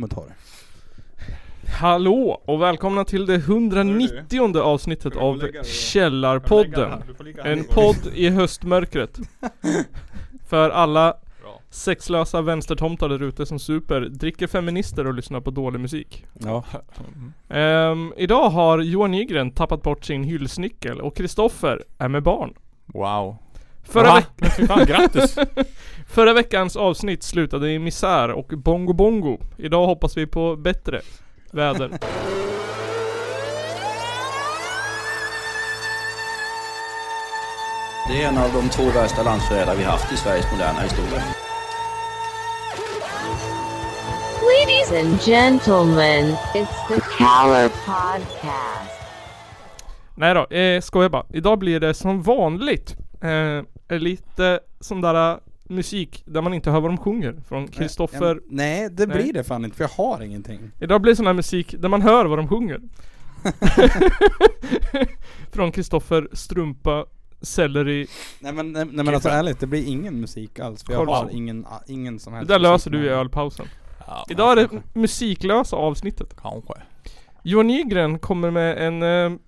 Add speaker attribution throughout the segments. Speaker 1: kommentarer.
Speaker 2: Hallå och välkomna till det 190 avsnittet
Speaker 3: Ska du gå och
Speaker 2: av
Speaker 3: lägga dig då?
Speaker 2: Källarpodden.
Speaker 3: Du får ligga här.
Speaker 2: En podd i höstmörkret. För alla
Speaker 3: Bra.
Speaker 2: sexlösa vänstertomtar där ute som super, dricker feminister och lyssnar på dålig musik.
Speaker 1: Ja.
Speaker 2: Ehm, idag har Johan Nygren tappat bort sin hylsnyckel och Kristoffer är med barn.
Speaker 4: Wow.
Speaker 2: Förra,
Speaker 4: Va?
Speaker 2: veck-
Speaker 4: Men fy fan, grattis!
Speaker 2: förra veckans avsnitt slutade i misär och bongo bongo. Idag hoppas vi på bättre väder.
Speaker 5: Det är en av de två värsta landsförrädare vi haft i Sveriges moderna historia.
Speaker 6: Ladies and gentlemen, it's the Caller Podcast.
Speaker 2: Nej då, eh, skojar bara. Idag blir det som vanligt eh, lite sån där eh, musik där man inte hör vad de sjunger från Kristoffer.
Speaker 1: Ja, nej, det
Speaker 2: Nej.
Speaker 1: blir det fan inte för jag har ingenting.
Speaker 2: Idag blir det sån här musik där man hör vad de sjunger. från Kristoffer, strumpa, selleri.
Speaker 1: Nej men, nej, nej, men alltså ärligt, det blir ingen musik alls för jag
Speaker 2: Kolla.
Speaker 1: har ingen, a- ingen som
Speaker 2: Det
Speaker 1: helst
Speaker 2: där
Speaker 1: musik
Speaker 2: löser du i
Speaker 1: med.
Speaker 2: ölpausen.
Speaker 4: Ja,
Speaker 2: Idag är det musiklösa avsnittet.
Speaker 4: Kanske.
Speaker 2: Johan Nygren kommer med en... Eh,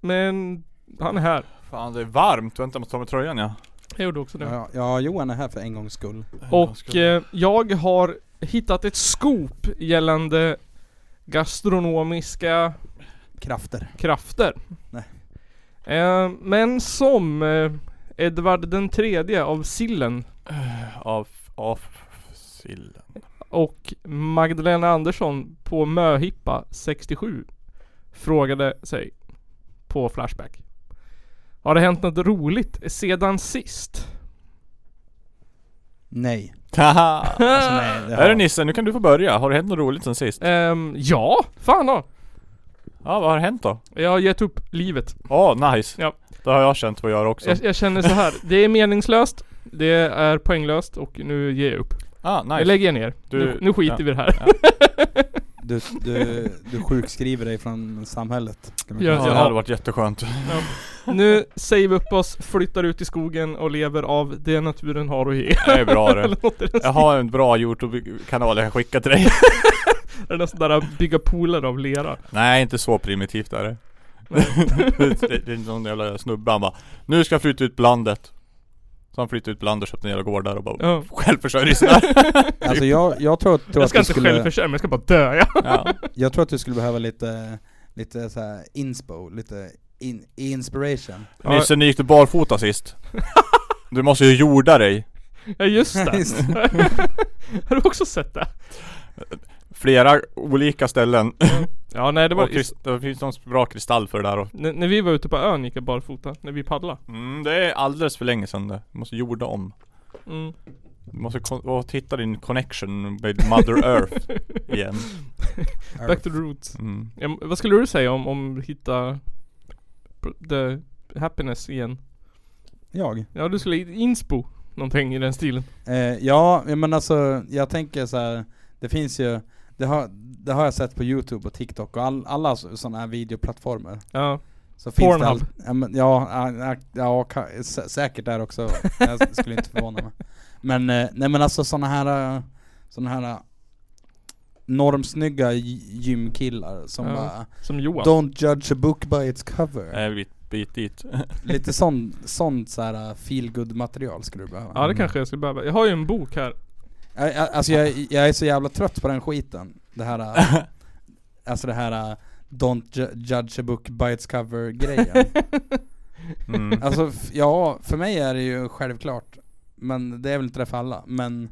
Speaker 2: med en... Han är här.
Speaker 4: Fan det är varmt, vänta jag måste ta med tröjan ja.
Speaker 2: Jag gjorde också det.
Speaker 1: Ja, ja, Johan är här för en gångs skull.
Speaker 2: Och eh, jag har hittat ett scoop gällande gastronomiska
Speaker 1: Krafter.
Speaker 2: krafter.
Speaker 1: Nej.
Speaker 2: Eh, men som eh, Edvard den tredje av Sillen eh,
Speaker 4: Av, av sillen.
Speaker 2: och Magdalena Andersson på Möhippa 67 frågade sig på Flashback. Har det hänt något roligt sedan sist?
Speaker 1: Nej.
Speaker 4: Haha!
Speaker 2: Ah!
Speaker 1: Alltså, nej det
Speaker 4: Är det
Speaker 1: har...
Speaker 4: Nisse, nu kan du få börja. Har det hänt något roligt sen sist?
Speaker 2: Ehm, ja, fan ja.
Speaker 4: Ja, vad har hänt då?
Speaker 2: Jag har gett upp livet.
Speaker 4: Åh, nice!
Speaker 2: Ja.
Speaker 4: Det har jag känt vad jag gör också.
Speaker 2: Jag, jag känner så här. det är meningslöst, det är poänglöst och nu ger jag upp.
Speaker 4: Ah,
Speaker 2: Jag
Speaker 4: nice.
Speaker 2: lägger ner.
Speaker 4: Du-
Speaker 2: nu, nu skiter
Speaker 4: ja.
Speaker 2: vi i det här.
Speaker 1: Du, du, du sjukskriver dig från samhället. Ska man
Speaker 2: Ja,
Speaker 1: kunna
Speaker 4: Ja,
Speaker 1: säga.
Speaker 4: det hade varit jätteskönt.
Speaker 2: Nu säger vi upp oss, flyttar ut i skogen och lever av det naturen har att ge.
Speaker 4: Det är bra det.
Speaker 2: Eller något i den
Speaker 4: Jag har en bra Youtube-kanal jag kan skicka till dig.
Speaker 2: stilen. Någon sån där bygga pooler av lera.
Speaker 4: Nej, inte så primitivt är det. det, det är någon jävla snubbe han bara Nu ska jag flytta ut på landet Så han flyttade ut på landet och köpte en jävla gård där och bara
Speaker 2: Ja.
Speaker 4: Självförsörjer sig där
Speaker 1: Alltså jag, jag tror, tror
Speaker 2: Jag
Speaker 1: att
Speaker 2: ska
Speaker 1: du
Speaker 2: inte
Speaker 1: skulle...
Speaker 2: självförsörja mig, jag ska bara dö ja.
Speaker 4: ja.
Speaker 1: Jag tror att du skulle behöva lite, lite så här inspo, lite in, inspiration.
Speaker 4: Nisse, nu gick du barfota sist Du måste ju jorda dig
Speaker 2: Ja just
Speaker 1: Just
Speaker 2: det. har du också sett det?
Speaker 4: Flera olika ställen
Speaker 2: Ja nej det var...
Speaker 4: och krist- Det finns någon bra kristall för det där och,
Speaker 2: N- när vi var ute på ön gick jag barfota, när vi paddlade.
Speaker 4: mm, Det är alldeles för länge sedan det Du måste jorda om
Speaker 2: Mm.
Speaker 4: Du måste kon- och hitta din connection med mother earth igen
Speaker 2: Back to the roots.
Speaker 4: mm.
Speaker 2: Ja, men vad skulle du säga om, om hitta pr- the happiness igen?
Speaker 1: Jag?
Speaker 2: Ja du skulle inspo någonting i den stilen.
Speaker 1: Eh, ja, men alltså jag tänker så här. det finns ju, det har, det har jag sett på youtube och tiktok och all, alla sådana här videoplattformar.
Speaker 2: Ja.
Speaker 1: Så finns
Speaker 2: Pornhub.
Speaker 1: det all, ja, men, ja, ja, ja, ka- sä- säkert där också. Jag skulle inte förvåna mig. Men, eh, nej men alltså sådana här, eh, såna här eh, normsnygga gy- gymkillar som
Speaker 2: Ja. Eh.
Speaker 1: bara
Speaker 2: Som Johan.
Speaker 1: Don't judge a book by its cover.
Speaker 4: Nej, bit, bit dit
Speaker 1: Lite sån, sånt såhär feel good material skulle du behöva.
Speaker 2: Ja det kanske jag skulle behöva. Jag har ju en bok här.
Speaker 1: Jag- jag- Alltså jag, jag är så jävla trött på den skiten. Det här, äh, alltså det här äh, Don't ju- judge a book by its cover grejen.
Speaker 4: mm.
Speaker 1: alltså f- ja, för mig är det ju självklart. Men det är väl inte det för alla. Men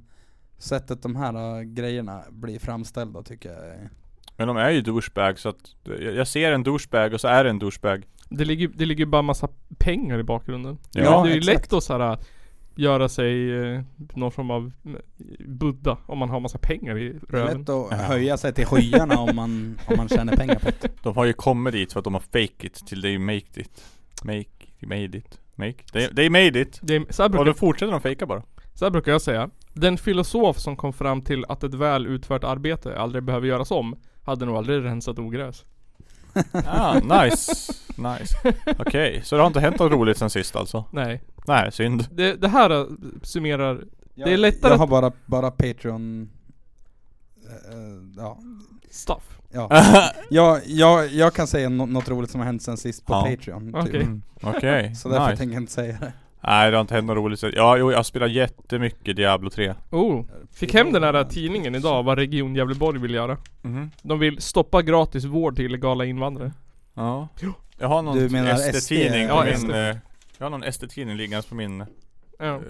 Speaker 1: sättet de här äh, grejerna blir framställda tycker jag är...
Speaker 4: Men de är ju douchebag så att Jag jag ser en douchebag och så är det en douchebag
Speaker 2: Det ligger, det ligger bara massa pengar i bakgrunden.
Speaker 4: Ja,
Speaker 2: Ja, det är ju
Speaker 1: exakt.
Speaker 2: lätt att så här, äh, göra sig eh, någon form av eh, Buddha om man har massa pengar i
Speaker 1: Det är
Speaker 2: röven.
Speaker 1: lätt att höja sig till skyarna om man, om man tjänar pengar på det.
Speaker 4: De har ju kommit dit för att de har fake it till they make it Make, made it, make They, they made it
Speaker 2: Det är, så, här
Speaker 4: Och
Speaker 2: brukar,
Speaker 4: då fortsätter de fejka bara
Speaker 2: så här brukar jag säga. Den filosof som kom fram till att ett väl utfört arbete aldrig behöver göras om hade nog aldrig rensat ogräs.
Speaker 4: Ah, nice, nice Okej, så det har inte hänt något roligt sen sist alltså?
Speaker 2: Nej.
Speaker 4: Nej, synd
Speaker 2: Det, det här eh, summerar...
Speaker 1: Jag,
Speaker 2: är lättare
Speaker 1: Jag har bara, bara Patreon eh, ja.
Speaker 2: Stuff.
Speaker 1: ja. Jag, jag, jag kan säga no- något roligt som har hänt sen sist på
Speaker 4: Ja.
Speaker 1: Patreon. Typ.
Speaker 2: Okej.
Speaker 4: Mm. Okej,
Speaker 1: Så därför
Speaker 4: nice.
Speaker 1: tänker jag inte säga det.
Speaker 4: Nej det har inte hänt något roligt sen- Ja jo jag spelar jättemycket Diablo 3
Speaker 2: Oh. Fick hem den här tidningen idag vad Region Gävleborg vill göra.
Speaker 4: Mhm.
Speaker 2: De vill stoppa gratis vård till illegala invandrare.
Speaker 4: Ja Jag har
Speaker 1: Du
Speaker 4: någon
Speaker 1: menar
Speaker 4: ST-tidning
Speaker 1: SD?
Speaker 4: på
Speaker 2: Ja,
Speaker 4: min
Speaker 2: SD.
Speaker 4: eh, Jag har någon ST-tidning liggandes på min
Speaker 2: Ja.
Speaker 4: eh,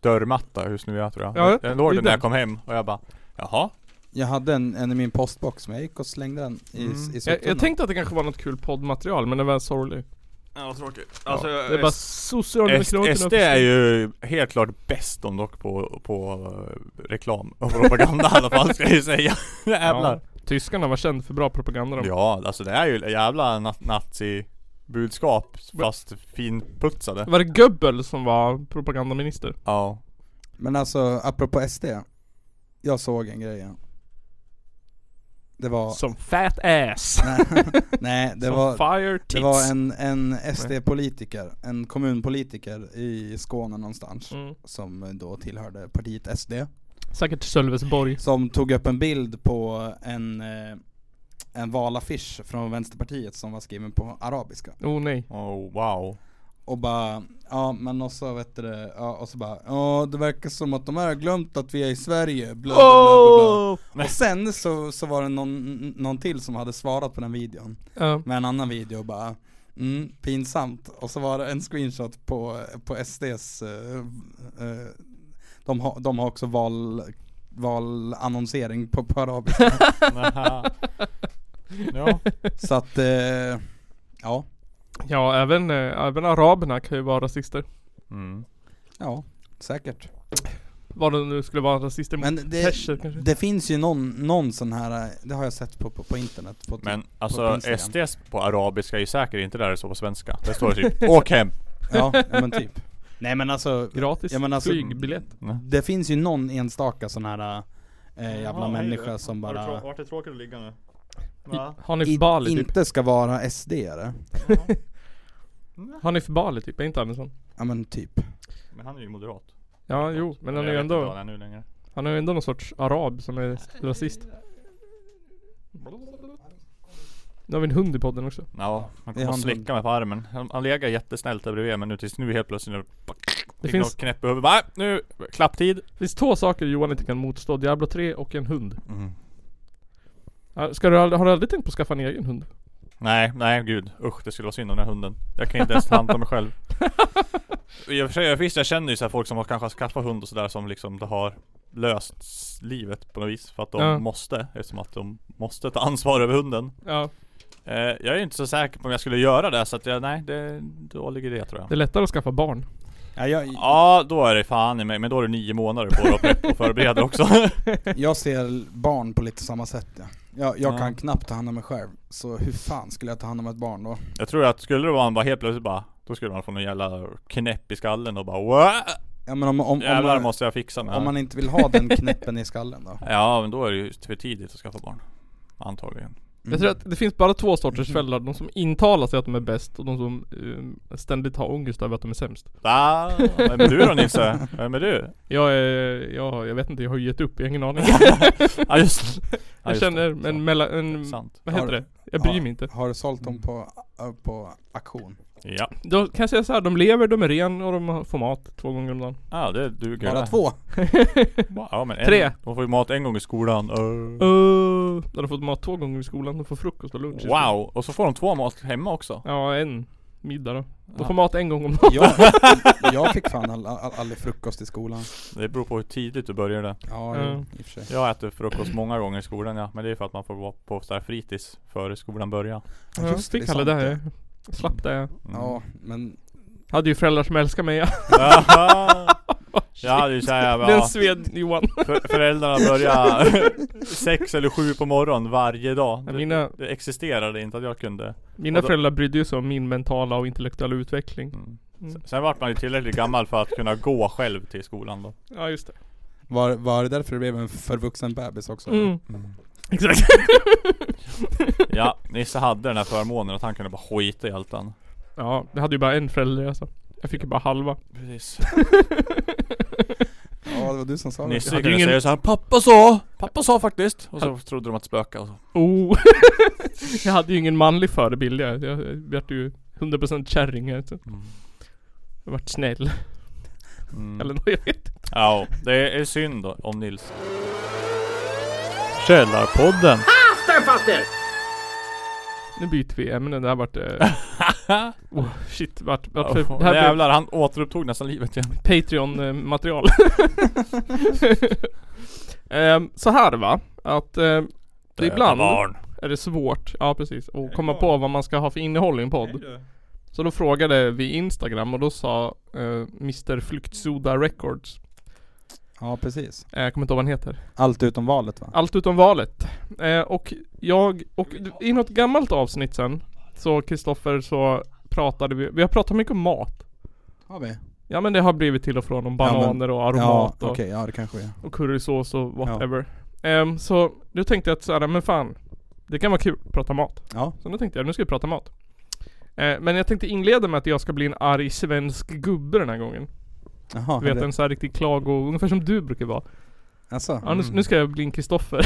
Speaker 4: dörrmatta just nu jag tror jag
Speaker 2: Ja,
Speaker 4: Den
Speaker 2: det
Speaker 4: låg
Speaker 2: är
Speaker 4: där när
Speaker 2: den.
Speaker 4: jag kom hem och jag bara Jaha?
Speaker 1: Jag hade en, en i min postbox, men jag gick och slängde den i,
Speaker 4: Mm.
Speaker 1: i
Speaker 2: Jag,
Speaker 1: soptunnan.
Speaker 2: jag tänkte att det kanske var något kul poddmaterial men det var sorgligt.
Speaker 4: Ja vad tråkigt
Speaker 2: Alltså, det är bara Socialdemokraterna
Speaker 4: S- SD är ju helt klart bäst de dock på, på eh, reklam och propaganda i alla fall ska jag ju säga Jävlar
Speaker 2: Ja. Tyskarna var känd för bra propaganda de.
Speaker 4: Ja, alltså det är ju jävla na- nazi-budskap fast finputsade.
Speaker 2: Var det Goebbels som var propagandaminister?
Speaker 4: Ja.
Speaker 1: Men alltså, apropå SD. Jag såg en grej. ja. Det var...
Speaker 2: Som fat ass!
Speaker 1: Nej, nej det
Speaker 2: som
Speaker 1: var...
Speaker 2: fire tits!
Speaker 1: Det var en, en SD-politiker, en kommunpolitiker i Skåne någonstans,
Speaker 2: mm.
Speaker 1: som då tillhörde partiet SD.
Speaker 2: Säkert Sölvesborg.
Speaker 1: Som tog upp en bild på en, eh, en valaffisch från Vänsterpartiet som var skriven på arabiska.
Speaker 2: Oh nej.
Speaker 4: Oh wow.
Speaker 1: Och bara, ja men och så vet du det, ja, och så bara, ja det verkar som att de här har glömt att vi är i Sverige, bla bla bla, bla, bla. Och sen så, så var det någon, någon till som hade svarat på den videon
Speaker 2: Ja.
Speaker 1: med en annan video och bara Mm, pinsamt. Och så var det en screenshot på, på SDs, eh, eh, de, har de har också val, valannonsering på, på arabiska.
Speaker 4: Nähä. ja.
Speaker 1: så att, eh, ja,
Speaker 2: ja, även, eh, även araberna kan ju vara rasister.
Speaker 4: Mm.
Speaker 1: ja, säkert.
Speaker 2: Vad det nu skulle vara rasister mot
Speaker 1: Men det,
Speaker 2: perser Mm. kanske?
Speaker 1: det finns ju någon, någon sån här, eh, det har jag sett på, på, på internet. På typ-
Speaker 4: Men
Speaker 1: På
Speaker 4: alltså
Speaker 1: Instagram.
Speaker 4: SDs på arabiska är ju säkert inte där det står på svenska. Det står typ Åk hem!
Speaker 1: Ja, ja, men typ. Nej men alltså,
Speaker 2: Gratis
Speaker 1: Ja, men alltså-
Speaker 2: flygbiljett.
Speaker 1: det finns ju någon enstaka sån här eh, jävla
Speaker 4: Ja, hej
Speaker 1: människa
Speaker 4: då.
Speaker 1: som bara
Speaker 4: Vart är tråkigt att ligga nu?
Speaker 2: I, Hanif
Speaker 1: i,
Speaker 2: Bali typ.
Speaker 1: inte ska vara SD-are.
Speaker 2: Hanif Bali typ, är inte han en sån?
Speaker 1: Ja men typ.
Speaker 4: Men han är ju moderat.
Speaker 2: Ja, jo, men han är ju ändå, han är ju ändå någon sorts arab som är s- rasist. Nu har vi en hund i podden också.
Speaker 4: Ja, han
Speaker 1: Det är
Speaker 4: kom och
Speaker 1: han-
Speaker 4: slicka mig på armen. Han, han legat jättesnällt där bredvid men nu tills nu helt plötsligt när
Speaker 2: Det
Speaker 4: det
Speaker 2: finns-
Speaker 4: finns... knäpp i huvudet. Va? Nu! Klapptid!
Speaker 2: Det finns två saker Johan inte kan motstå, Diablo 3 och en hund.
Speaker 1: Mm.
Speaker 2: Ja, Ska du, aldrig- har du aldrig tänkt på att skaffa en egen hund?
Speaker 4: Nej, nej gud. Usch det skulle vara synd om den här hunden. Jag kan inte ens ta hand om mig själv. I och för sig, visst jag känner ju så här folk som har kanske skaffat hund och sådär som liksom det har löst s- livet på något vis. För att de
Speaker 2: Ja.
Speaker 4: måste. Eftersom att de måste ta ansvar över hunden.
Speaker 2: Ja.
Speaker 4: Eh, jag är inte så säker på om jag skulle göra det så att jag, nej det är en dålig idé tror jag.
Speaker 2: Det är lättare att skaffa barn.
Speaker 1: Ja, jag,
Speaker 4: Ja då är det fan i mig, men då är det nio månader på dig att preppa och förbereda också.
Speaker 1: Jag ser barn på lite samma sätt ja. Jag, jag
Speaker 4: Ja.
Speaker 1: kan knappt ta hand om mig själv, så hur fan skulle jag ta hand om ett barn då?
Speaker 4: jag tror att skulle det vara en bara helt plötsligt bara då skulle man få någon jävla knäpp i skallen och bara Wah!
Speaker 1: Ja men om, om, om,
Speaker 4: Jävlar
Speaker 1: man,
Speaker 4: måste jag fixa med det
Speaker 1: om
Speaker 4: här."
Speaker 1: man inte vill ha den knäppen i skallen då?
Speaker 4: Ja men då är det ju för tidigt att skaffa barn Antagligen
Speaker 2: Jag tror att det finns bara två sorters föräldrar. De som intalar sig att de är bäst och de som eh, ständigt har ångest över att de är sämst.
Speaker 4: Va? Vem är du då Nisse? Vem är du?
Speaker 2: Jag är, jag, jag vet inte, jag har gett upp, jag har ingen aning.
Speaker 4: Ja just det. ja,
Speaker 2: Jag
Speaker 4: just
Speaker 2: känner
Speaker 4: det.
Speaker 2: en mellan, en,
Speaker 4: Sant
Speaker 2: vad heter
Speaker 1: Har-
Speaker 2: det? Jag bryr
Speaker 1: ja.
Speaker 2: mig inte.
Speaker 1: Har du sålt dem på, ö, på auktion?
Speaker 4: Ja,
Speaker 2: Då kan jag säga så här, de lever, de är ren och de har- får mat två gånger om dagen.
Speaker 4: ja det duger
Speaker 1: Bara två?
Speaker 4: Ja men en,
Speaker 2: Tre.
Speaker 4: De får ju mat en gång i skolan Öh.
Speaker 2: Uh, de har fått mat två gånger i skolan, de får frukost och lunch i skolan.
Speaker 4: Wow! Och så får de två mat hemma också
Speaker 2: Ja, en middag då. De
Speaker 4: Ja.
Speaker 2: får mat en gång om dagen.
Speaker 1: Jag, jag fick fan all, all, aldrig frukost i skolan.
Speaker 4: Det beror på hur tidigt du började
Speaker 1: Ja,
Speaker 2: Ja.
Speaker 1: mm. i och för sig.
Speaker 4: Jag äter frukost många gånger i skolan ja Men det är för att man får vara på så här fritids före skolan börjar
Speaker 1: Ja,
Speaker 2: Jag
Speaker 1: just det,
Speaker 2: fick
Speaker 1: det är
Speaker 2: alla det
Speaker 1: sant,
Speaker 2: här. Jag slapp det. Jag
Speaker 4: Mm.
Speaker 1: Ja, men
Speaker 2: hade ju föräldrar som älskade mig.
Speaker 4: Jaha. Ja det är såhär
Speaker 2: Den sved Johan.
Speaker 4: För, föräldrarna börjar sex eller sju på morgonen varje dag.
Speaker 2: Ja,
Speaker 4: Det,
Speaker 2: mina-
Speaker 4: det existerade inte att jag kunde.
Speaker 2: Mina
Speaker 4: Och då-
Speaker 2: föräldrar brydde ju sig om min mentala och intellektuella utveckling. Mm.
Speaker 4: Sen, sen vart man ju tillräckligt gammal för att kunna gå själv till skolan då.
Speaker 2: Ja just det.
Speaker 1: var, var det därför det blev en förvuxen bebis också?
Speaker 2: Mm. Exakt.
Speaker 4: Ja, Nisse hade den här förmånen att han kunde bara skita i allt han.
Speaker 2: Ja, jag hade ju bara en förälder alltså. Jag fick ju bara halva.
Speaker 4: Precis.
Speaker 1: Ja, Ja det var du som sa det.
Speaker 4: Nisse
Speaker 1: Ja.
Speaker 4: kunde ingen... säga såhär 'Pappa sa! Pappa sa faktiskt!' Och så trodde de att det spökade och så.
Speaker 2: Oh. jag hade ju ingen manlig förebild jag. Jag jag vart ju 100% kärring. Jag vet inte. Jag vart snäll. Eller något, jag vet inte.
Speaker 4: Ja, det är synd då, om Nils. Källarpodden!
Speaker 2: Nu byter vi ämne. Det här vart... Eh... oh, shit. Vart, vart för...
Speaker 4: Oh,
Speaker 2: Det här blev
Speaker 4: jävlar, han återupptog nästan livet igen.
Speaker 2: Patreon-material. um, så här va. Att ehm, det ibland
Speaker 4: Barn.
Speaker 2: är det svårt. Ja precis. Att komma på vad man ska ha för innehåll i en podd. Så då frågade vi Instagram och då sa eh, Mr Flyktsoda Records
Speaker 1: ja precis.
Speaker 2: eh, Jag kommer inte ihåg vad han heter
Speaker 1: Allt utom valet va?
Speaker 2: Allt utom valet eh, Och jag, och i något gammalt avsnitt sen Så Kristoffer så pratade vi, vi har pratat mycket om mat
Speaker 1: Har vi?
Speaker 2: Ja men det har blivit till och från om
Speaker 1: Ja, men-
Speaker 2: bananer och
Speaker 1: Ja
Speaker 2: aromat
Speaker 1: okej,
Speaker 2: och,
Speaker 1: ja det kanske är.
Speaker 2: och currysås och whatever Ehm, Så då tänkte jag att såhär, men fan Det kan vara kul att prata mat
Speaker 1: Ja.
Speaker 2: Så nu tänkte jag, nu ska vi prata mat. Eh, men jag tänkte inleda med att jag ska bli en arg svensk gubbe den här gången.
Speaker 1: Jaha.
Speaker 2: Du vet
Speaker 1: det-
Speaker 2: en så här riktig klago, ungefär som du brukar vara.
Speaker 1: Alltså.
Speaker 2: Ja, nu,
Speaker 4: Mm.
Speaker 2: nu ska jag bli en Kristoffer.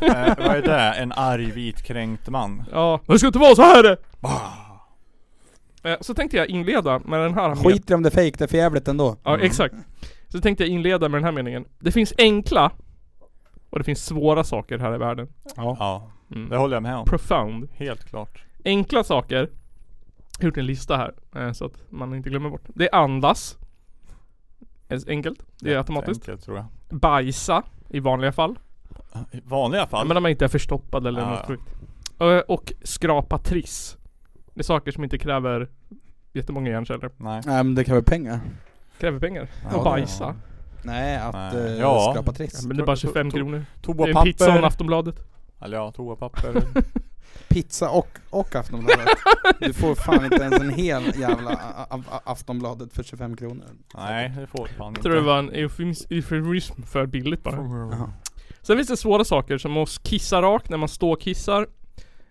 Speaker 4: Eh, vad är det? En arg vitkränkt man.
Speaker 2: ja, men det ska inte vara så här! Eh, så tänkte jag inleda med den här meningen.
Speaker 1: Skiter i om det är fake, det är för jävligt ändå.
Speaker 2: Ja, exakt. Så tänkte jag inleda med den här meningen. Det finns enkla och det finns svåra saker här i världen.
Speaker 4: Ja,
Speaker 2: Mm.
Speaker 4: det håller jag med om.
Speaker 2: Profound.
Speaker 4: Helt klart.
Speaker 2: Enkla saker. Jag har gjort en lista här eh, så att man inte glömmer bort. Det är andas. Enkelt. Det är automatiskt.
Speaker 4: Enkelt, tror jag.
Speaker 2: Bajsa i vanliga fall.
Speaker 4: I vanliga
Speaker 2: Ja,
Speaker 4: fall.
Speaker 2: men om man inte är förstoppad eller
Speaker 4: Ja,
Speaker 2: något
Speaker 4: ja.
Speaker 2: sjukt. Ö, Och skrapa triss. Det är saker som inte kräver jättemånga hjärnceller.
Speaker 4: Nej.
Speaker 1: Nej men det kräver pengar.
Speaker 2: Kräver pengar.
Speaker 1: Ja,
Speaker 2: och bajsa.
Speaker 1: Nej att
Speaker 4: Nej.
Speaker 1: eh,
Speaker 4: Ja.
Speaker 1: skrapa
Speaker 2: Ja,
Speaker 1: triss.
Speaker 2: men det är bara 25 kronor. Det är en pizza och en
Speaker 4: Toapapper.
Speaker 2: Aftonbladet.
Speaker 4: Eller ja, toapapper.
Speaker 1: Pizza och, och Aftonbladet. du får fan inte ens en hel jävla a- a- a- Aftonbladet för 25 kronor.
Speaker 4: Nej, det får du fan inte.
Speaker 2: Jag tror det var en eufemis- eufemism för billigt bara.
Speaker 1: Jaha.
Speaker 2: Sen finns det svåra saker som att kissa rakt när man står och kissar.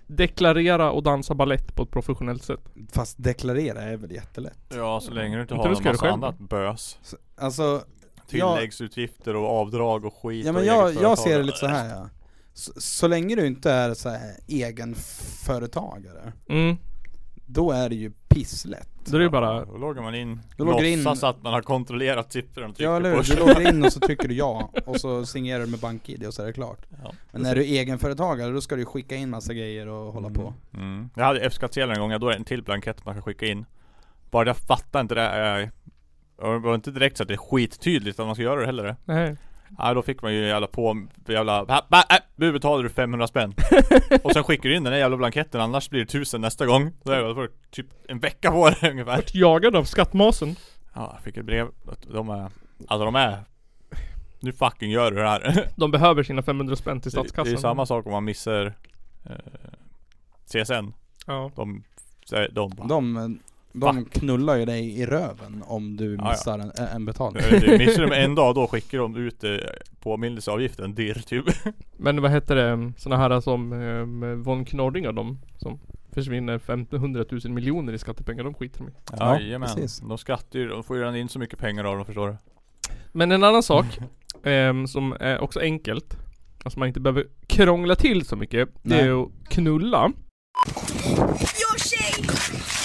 Speaker 2: Deklarera och dansa ballett på ett professionellt sätt.
Speaker 1: Fast deklarera är väl jättelätt.
Speaker 4: Ja, så länge du inte
Speaker 2: Inte du
Speaker 4: har en
Speaker 2: ska göra
Speaker 4: massa
Speaker 2: själv.
Speaker 4: annat bös.
Speaker 1: Så, alltså, Ja.
Speaker 4: Tilläggsutgifter och avdrag och skit
Speaker 1: ja
Speaker 4: och
Speaker 1: men jag, jag
Speaker 4: eget företag.
Speaker 1: ser det lite så här ja. så, så länge du inte är så här egenföretagare,
Speaker 2: Mm.
Speaker 1: då är det ju pisslätt.
Speaker 2: Då är det ju bara
Speaker 4: Då loggar man in,
Speaker 1: Då loggar in-
Speaker 4: låtsas att man har kontrollerat siffrorna och
Speaker 1: Ja eller
Speaker 4: trycker
Speaker 1: hur?
Speaker 4: på
Speaker 1: Du loggar in och så trycker du ja, och så signerar du med BankID och så är det klart.
Speaker 4: Ja.
Speaker 1: Men när du är egenföretagare, då ska du ju skicka in massa grejer och hålla på.
Speaker 4: Mm. Jag hade F-skattsedel en gång, ja, då är det en till blankett man kan skicka in. Bara jag fattar inte det. Jag, jag var inte direkt så att det är skittydligt att man ska göra det heller.
Speaker 2: Nej.
Speaker 4: Ja, då fick man ju jävla på, jävla, "Ha, ba, äh, nu betalar du 500 spänn. och sen skickar du in den där jävla blanketten, annars blir det 1000 nästa gång. Då är det väl för typ en vecka på det ungefär.
Speaker 2: Vart jagad av skattmasen.
Speaker 4: Ja, jag fick ett brev. att De är, alltså de är, nu fucking gör du det här.
Speaker 2: De behöver sina 500 spänn till
Speaker 4: Det,
Speaker 2: statskassan.
Speaker 4: det är samma sak om man missar eh, CSN.
Speaker 2: Ja.
Speaker 4: De, de, de
Speaker 1: De, de knullar ju dig i röven om du
Speaker 4: Ja, ja.
Speaker 1: missar en, en betalning.
Speaker 4: Eh, det- Missar de en dag då skickar de ut eh, påminnelseavgiften, dirr typ.
Speaker 2: Men vad heter det, såna här som eh, Von Knorring och de som försvinner 50 100 000 miljoner i skattepengar, de skiter de i.
Speaker 1: Ja,
Speaker 4: Jajamän.
Speaker 1: precis.
Speaker 4: De skattar ju, de får ju redan in så mycket pengar av dem förstår du.
Speaker 2: Men en annan sak ehm, som är också enkelt, alltså man inte behöver krångla till så mycket, det är att knulla.
Speaker 3: Jag är tjej,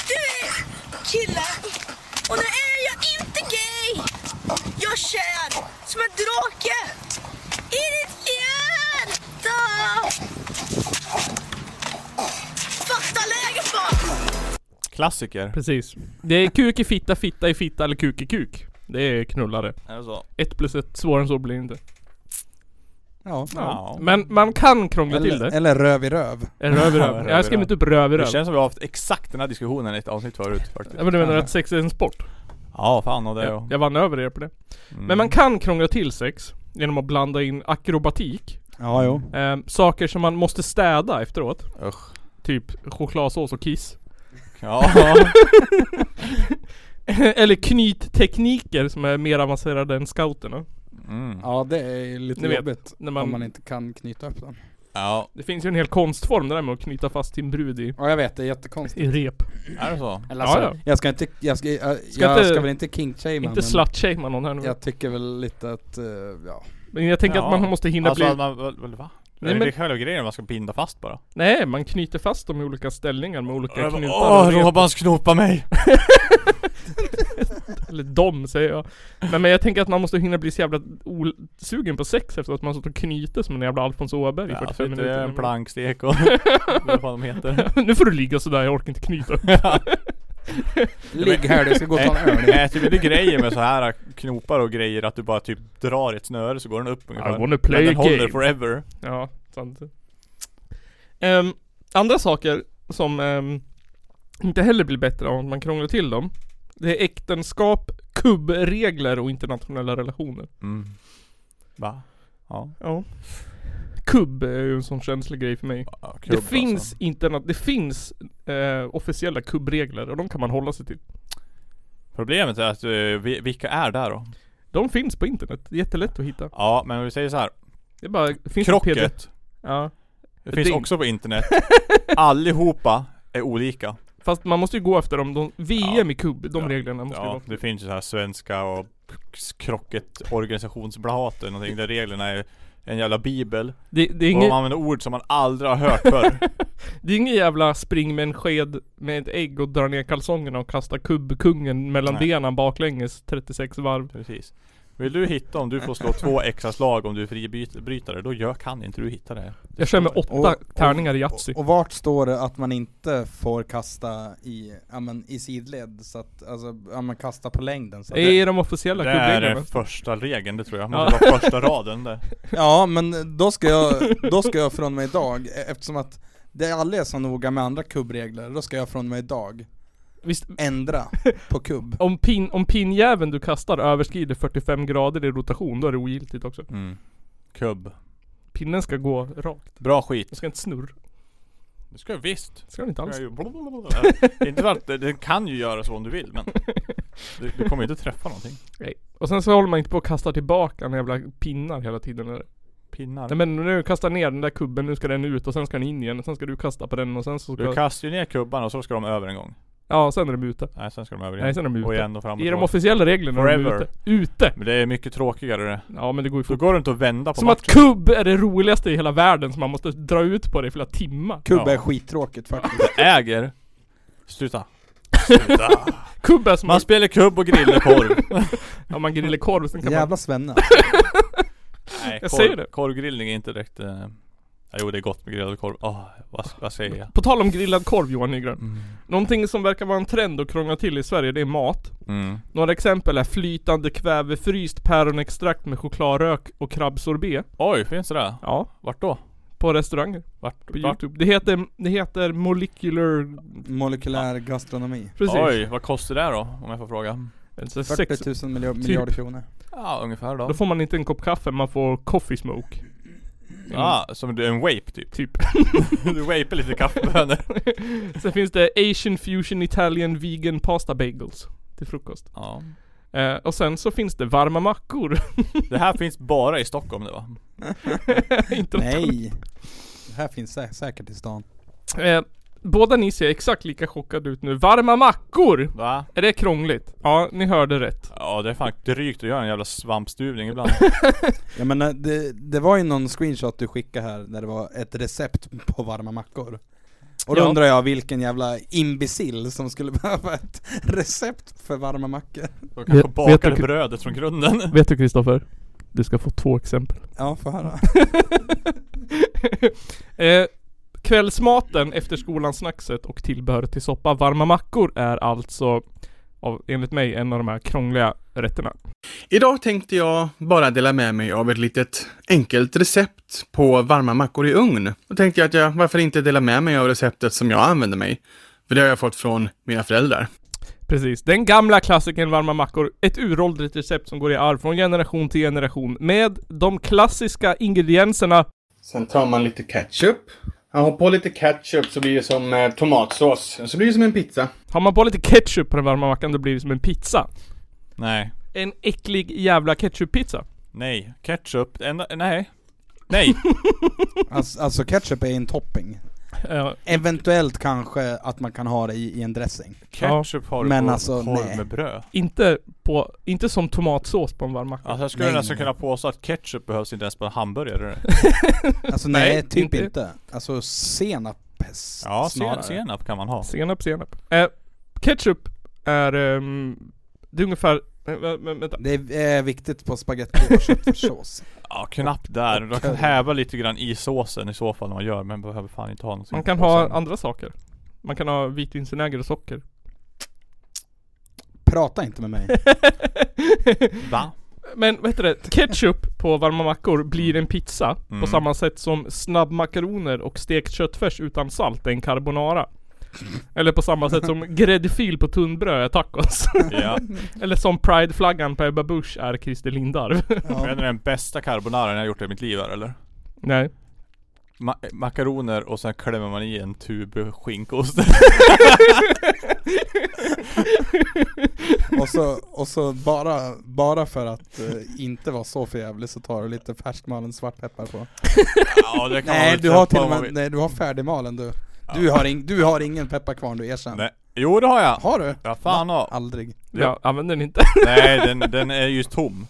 Speaker 3: du är kille och nu är jag inte gay. Jag är kär som en drake i ditt hjärta. Fatta läget bara.
Speaker 4: Klassiker.
Speaker 2: Precis. Det är kuk i fitta, fitta i fitta eller kuk i kuk. Det är knullare.
Speaker 4: Är det så?
Speaker 2: Ett plus ett, svårare än så blir det inte.
Speaker 1: Ja.
Speaker 4: Ja.
Speaker 2: Men man kan krångla till
Speaker 1: Eller,
Speaker 2: det.
Speaker 1: eller röv i röv.
Speaker 2: Röv i
Speaker 4: Ja,
Speaker 2: röv.
Speaker 4: röv
Speaker 2: Jag har
Speaker 4: i
Speaker 2: skrivit
Speaker 4: röv.
Speaker 2: upp röv i
Speaker 4: Det
Speaker 2: röv.
Speaker 4: känns som vi har haft exakt den här diskussionen i ett avsnitt förut faktiskt.
Speaker 2: Ja, men du menar att sex är en sport?
Speaker 4: Ja fan och det
Speaker 2: Jag, jag vann över er på det.
Speaker 4: Mm.
Speaker 2: Men man kan krångla till sex genom att blanda in akrobatik.
Speaker 1: Ja, jo.
Speaker 2: Eh, saker som man måste städa efteråt.
Speaker 4: Usch.
Speaker 2: Typ chokladsås och kiss.
Speaker 4: Ja.
Speaker 2: Eller knyttekniker som är mer avancerade än scouterna.
Speaker 4: Mm.
Speaker 1: Ja, det är ju lite
Speaker 2: Ni vet,
Speaker 1: jobbigt
Speaker 2: när man-
Speaker 1: om man inte kan knyta upp den.
Speaker 4: Ja,
Speaker 2: Det finns ju en hel konstform det där med att knyta fast sin brud i,
Speaker 1: Ja jag vet, det är jättekonstigt.
Speaker 2: i rep.
Speaker 4: är det så?
Speaker 1: Eller alltså,
Speaker 2: Ja, ja.
Speaker 1: jag ska inte, jag ska, jag,
Speaker 2: Ska
Speaker 1: jag
Speaker 2: inte-
Speaker 1: ska väl inte kinkshamea
Speaker 2: Inte slutshamea någon här nu.
Speaker 1: men jag tycker väl lite att, eh, ja.
Speaker 2: Men jag tänker
Speaker 4: Ja.
Speaker 2: att man måste hinna
Speaker 4: Alltså
Speaker 2: bli...
Speaker 4: att man, väl- väl, va?
Speaker 2: Nej,
Speaker 4: Nej, men... Det är
Speaker 2: men-
Speaker 4: själva grejen man ska binda fast bara.
Speaker 2: Nej, man knyter fast dem i olika ställningar med olika
Speaker 4: Jag bara,
Speaker 2: knutar och
Speaker 4: Åh,
Speaker 2: rep.
Speaker 4: Robans knopa mig!
Speaker 2: Eller dom säger jag. Nej men jag tänker att man måste hinna bli så jävla ol- sugen på sex efter att man suttit och knutit som en jävla Alfons Åberg i
Speaker 4: Ja,
Speaker 2: 45
Speaker 4: sitter i
Speaker 2: minuter.
Speaker 4: en plankstek och vad fan de heter.
Speaker 2: nu får du ligga sådär, jag orkar inte knyta.
Speaker 1: Ligg här, du ska gå och ta en öl.
Speaker 4: Nej, typ det är grejer med så här knopar och grejer att du bara typ drar i ett snöre så går den upp ungefär.
Speaker 2: I wanna play
Speaker 4: Men
Speaker 2: a
Speaker 4: den håller
Speaker 2: game.
Speaker 4: forever.
Speaker 2: Ja, sant. Ehm, andra saker som ehm, inte heller blir bättre av att man krånglar till dem. Det är äktenskap, kubbregler och internationella relationer.
Speaker 4: Mm. Va? Ja.
Speaker 2: Ja. Kubb är ju en sån känslig grej för mig.
Speaker 4: ja kubb,
Speaker 1: alltså.
Speaker 4: alltså.
Speaker 2: det, finns interna- det finns eh, officiella kubbregler och de kan man hålla sig till.
Speaker 4: Problemet är att eh, vi, vilka är där då?
Speaker 2: De finns på internet, det är jättelätt att hitta.
Speaker 4: Ja, men vi säger så här.
Speaker 2: Det är bara, finns det PDF?
Speaker 4: Krocket.
Speaker 2: Ja.
Speaker 4: Det finns
Speaker 2: Ding.
Speaker 4: också på internet. Allihopa är olika.
Speaker 2: Fast man måste ju gå efter dem, de, VM i kubb, de reglerna måste ju
Speaker 4: Ja,
Speaker 2: vara.
Speaker 4: det finns ju så här svenska och krocket organisationsblahater någonting där reglerna är en jävla bibel.
Speaker 2: Det, det, är
Speaker 4: Och de
Speaker 2: inget,
Speaker 4: använder ord som man aldrig har hört förr.
Speaker 2: det är ingen jävla spring med en sked med ett ägg och dra ner kalsongerna och kasta kubbkungen mellan
Speaker 4: Nej.
Speaker 2: benen baklänges 36 varv.
Speaker 4: Precis. Vill du hitta om du får slå två extra slag om du är fribrytare, då gör, kan inte du hitta det.
Speaker 2: Jag kör med åtta
Speaker 1: Och- och-
Speaker 2: tärningar i Yatzy.
Speaker 1: Och, och vart står det att man inte får kasta i, ja men i sidled så att, alltså, ja men kasta på längden så att,
Speaker 2: Det är de officiella
Speaker 4: Det är den
Speaker 2: kubbreglerna.
Speaker 4: första regeln, det tror jag.
Speaker 2: Ja.
Speaker 4: Men det var första raden där.
Speaker 1: Ja men då ska jag, då ska jag från mig idag, e- eftersom att det aldrig är så noga med andra kubbregler, då ska jag från mig idag
Speaker 2: Visst,
Speaker 1: ändra på kubb.
Speaker 2: om, pin, om pinjäveln du kastar överskrider 45 grader i rotation, då är det ogiltigt också.
Speaker 4: Mm. Kubb.
Speaker 2: Pinnen ska gå rakt.
Speaker 4: Bra skit.
Speaker 2: Den ska inte snurra.
Speaker 4: Det ska jag visst.
Speaker 2: Det ska den inte alls.
Speaker 4: Det är inte för att det- den kan ju göra så om du vill men du, du kommer ju inte träffa någonting.
Speaker 2: Nej. Och sen så håller man inte på att kasta tillbaka några jävla pinnar hela tiden. Eller?
Speaker 4: Pinnar.
Speaker 2: Nej men nu kastar ner den där kubben, nu ska den ut och sen ska den in igen. Och sen ska du kasta på den och sen så ska...
Speaker 4: du kastar ju ner kubban och så ska de över en gång.
Speaker 2: Ja, sen är de ute.
Speaker 4: Nej sen ska de över igen.
Speaker 2: Nej, sen är de ute.
Speaker 4: Och igen och fram och
Speaker 2: I de
Speaker 4: tillbaka.
Speaker 2: officiella reglerna är de
Speaker 4: Forever.
Speaker 2: ute. Ute!
Speaker 4: Men det är mycket tråkigare det.
Speaker 2: Ja men det går ju
Speaker 4: Då
Speaker 2: fort.
Speaker 4: går det inte att vända på
Speaker 2: Som att
Speaker 4: matchen.
Speaker 2: kubb är det roligaste i hela världen som man måste dra ut på det i flera timmar.
Speaker 1: Kubb är
Speaker 4: Ja.
Speaker 1: skittråkigt faktiskt.
Speaker 4: Äger. Sluta. Sluta.
Speaker 2: Kubb är som
Speaker 4: Man
Speaker 2: att
Speaker 4: spelar kubb och grillar korv.
Speaker 2: ja, man grillar korv sen kan man...
Speaker 1: Jävla svenne.
Speaker 4: Nej,
Speaker 2: Jag
Speaker 4: korv,
Speaker 2: säger det.
Speaker 4: Korvgrillning är inte direkt... Eh, ja, jo, det är gott med grillad korv. Åh, vad, vad säger jag? Mm.
Speaker 2: På tal om grillad korv Johan Nygren. Någonting som verkar vara en trend att krångla till i Sverige, det är mat.
Speaker 4: Mm.
Speaker 2: Några exempel är flytande kvävefryst päronextrakt med chokladrök och krabbsorbet.
Speaker 4: Oj, finns det där?
Speaker 2: Ja,
Speaker 4: Vart då?
Speaker 2: på restauranger.
Speaker 4: Vart?
Speaker 2: På
Speaker 4: vart?
Speaker 2: Youtube. Det heter, det heter Molecular...
Speaker 1: Molekylär gastronomi.
Speaker 2: Precis.
Speaker 4: Oj, vad kostar det då? Om jag får fråga.
Speaker 2: Alltså sex,
Speaker 1: 40 000 miljo- miljarder kronor.
Speaker 4: Ja, ungefär
Speaker 2: då
Speaker 4: då.
Speaker 2: får man inte en kopp kaffe, man får coffee smoke. Mm,
Speaker 4: Ja, ah, som du- en wape typ.
Speaker 2: Typ.
Speaker 4: du waper lite kaffebönor.
Speaker 2: Sen finns det Asian fusion Italian vegan pasta bagels till frukost.
Speaker 4: ja.
Speaker 2: Eh, och sen så finns det varma mackor.
Speaker 4: Det här finns bara i Stockholm det va?
Speaker 2: inte något
Speaker 1: Nej! Det här finns sä- säkert i stan.
Speaker 2: Eh, båda ni ser exakt lika chockade ut nu. Varma mackor!
Speaker 4: Va?
Speaker 2: Är det krångligt? Ja, ni hörde rätt.
Speaker 4: Ja, det är fan drygt att göra en jävla svampstuvning ibland.
Speaker 1: Jag menar, eh, det, det var ju någon screenshot du skickade här där det var ett recept på varma mackor. Och då
Speaker 2: Ja.
Speaker 1: undrar jag vilken jävla imbecill som skulle behöva ett recept för varma mackor.
Speaker 4: De kanske
Speaker 2: Vet- vet
Speaker 4: bakade
Speaker 2: du-
Speaker 4: brödet från grunden.
Speaker 2: Vet du Kristoffer? Du ska få två exempel.
Speaker 1: Ja, få höra.
Speaker 2: eh, kvällsmaten efter skolans-snackset och tillbehör till soppa varma mackor är alltså av, enligt mig en av de här krångliga rätterna.
Speaker 7: Idag tänkte jag bara dela med mig av ett litet enkelt recept på varma mackor i ugn. Då tänkte jag att jag, varför inte dela med mig av receptet som jag använder mig? För det har jag fått från mina föräldrar.
Speaker 2: Precis, den gamla klassikern varma mackor, ett uråldrigt recept som går i arv från generation till generation med de klassiska ingredienserna
Speaker 7: Sen tar man lite ketchup. Jag har på lite ketchup så blir det som eh, tomatsås. Så blir det som en pizza.
Speaker 2: Har man på lite ketchup på den varma mackan då blir det som en pizza.
Speaker 4: Nej.
Speaker 2: En äcklig jävla ketchuppizza.
Speaker 4: Nej. Ketchup. En, nej. Nej!
Speaker 1: Alltså, alltså ketchup är en topping.
Speaker 2: Ja,
Speaker 1: Eventuellt kanske att man kan ha det i, i en dressing.
Speaker 4: Ketchup har du
Speaker 1: Men
Speaker 4: på
Speaker 1: alltså,
Speaker 4: korv
Speaker 1: nej.
Speaker 4: med bröd.
Speaker 2: inte, på, inte som tomatsås på en varm macka.
Speaker 4: Alltså jag skulle
Speaker 1: Nej.
Speaker 4: nästan kunna påstå att ketchup behövs inte ens på en hamburgare.
Speaker 1: Alltså nej,
Speaker 2: Nej,
Speaker 1: typ
Speaker 2: inte.
Speaker 1: inte. Alltså senap s-
Speaker 4: Ja, sen,
Speaker 1: snarare.
Speaker 4: senap kan man ha.
Speaker 2: Senap, senap. Eh, ketchup är... ehm, det är ungefär... eh, vä- vä- vänta.
Speaker 1: Det är eh, viktigt på spagetti och köttfärssås.
Speaker 4: Ja, knappt där. Man kan häva lite grann i såsen i så fall när man gör, men behöver fan inte ha någonting
Speaker 2: Man kan
Speaker 4: på
Speaker 2: ha
Speaker 4: sen.
Speaker 2: andra saker. Man kan ha vitvinsvinäger och socker.
Speaker 1: Prata inte med mig.
Speaker 4: Va?
Speaker 2: Men vad heter det? Ketchup på varma mackor blir en pizza
Speaker 4: Mm.
Speaker 2: på samma sätt som snabbmakaroner och stekt köttfärs utan salt är en carbonara. Eller på samma sätt som gräddfil på tunnbröd är tacos.
Speaker 4: Ja.
Speaker 2: Eller som prideflaggan på Ebba Busch är Christer Lindarw.
Speaker 4: Men är det den bästa carbonaren jag gjort i mitt liv här, eller?
Speaker 2: Nej.
Speaker 4: Ma- makaroner och sen klämmer man i en tub skinkost.
Speaker 1: Och så, och så bara, bara för att eh, inte vara så förjävlig så tar du lite färskmalen svartpeppar på.
Speaker 4: ja, det kan man
Speaker 1: Nej
Speaker 4: väl
Speaker 1: du har
Speaker 4: köpa
Speaker 1: till och
Speaker 4: om man
Speaker 1: med,
Speaker 4: vill.
Speaker 1: nej du har färdigmalen du. Du har, ing, du har ingen peppar kvar nu, erkänn.
Speaker 4: Nej. Jo, det har jag.
Speaker 1: Har du?
Speaker 4: Ja, fan
Speaker 1: Va?
Speaker 4: har.
Speaker 1: Aldrig.
Speaker 2: Jag använder den inte.
Speaker 4: Nej, den, den är ju tom.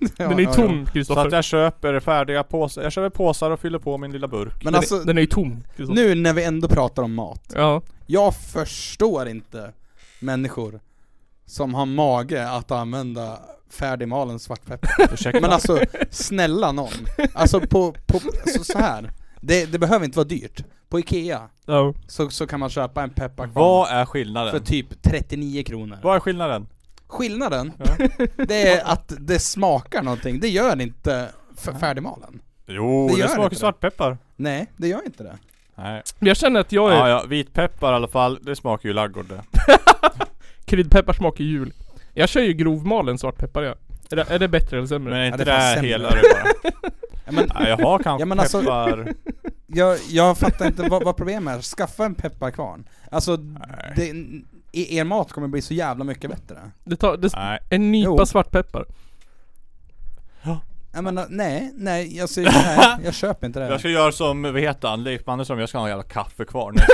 Speaker 1: Ja,
Speaker 2: Den är ju
Speaker 1: ja, ja.
Speaker 2: tom
Speaker 4: Så att
Speaker 2: Kristoffer.
Speaker 4: jag köper färdiga påsar. Jag köper påsar och fyller på min lilla burk.
Speaker 1: Men
Speaker 2: Den,
Speaker 1: alltså,
Speaker 2: är- den är ju tom Kristoffer.
Speaker 1: nu när vi ändå pratar om mat.
Speaker 2: Ja.
Speaker 1: Jag förstår inte människor som har mage att använda färdigmalen svartpeppar.
Speaker 4: Ursäkta.
Speaker 1: Men alltså, snälla någon. Alltså på, på alltså så här. Det, det behöver inte vara dyrt. På Ikea
Speaker 2: ja.
Speaker 1: så, så kan man köpa en pepparkvarn
Speaker 4: Vad är
Speaker 1: för
Speaker 4: skillnaden?
Speaker 1: typ 39 kronor.
Speaker 4: Vad är skillnaden?
Speaker 1: Skillnaden, det är att det smakar någonting. Det gör det inte för färdigmalen.
Speaker 4: Jo,
Speaker 1: Det gör
Speaker 4: den
Speaker 1: inte
Speaker 4: smakar
Speaker 1: det.
Speaker 4: svartpeppar.
Speaker 1: Nej, det gör inte det.
Speaker 4: Nej.
Speaker 2: Men jag känner att jag är...
Speaker 4: Ja, ja, vitpeppar i alla fall. Det smakar ju laggård det.
Speaker 2: Kryddpeppar smakar jul. Jag kör ju grovmalen svartpeppar jag. Är det, är det bättre eller sämre?
Speaker 4: Men är inte
Speaker 1: det
Speaker 4: det,
Speaker 1: är fan
Speaker 4: här
Speaker 1: sämre.
Speaker 4: hela det bara?
Speaker 1: Ja, men,
Speaker 4: Nej, jag har kanske
Speaker 1: Ja, men alltså-
Speaker 4: peppar.
Speaker 1: jag, jag fattar inte vad, vad problemet är. Skaffa en pepparkvarn. Alltså, det, i- er mat kommer bli så jävla mycket bättre.
Speaker 2: Det tar, det,
Speaker 4: Nej.
Speaker 2: en nypa
Speaker 1: Jo.
Speaker 2: svartpeppar.
Speaker 1: Jag menar, nej, nej, alltså, nej, jag köper inte det.
Speaker 4: Jag ska göra som, vad heter han, Leif Mannerström. Jag ska ha en jävla kaffe kvar när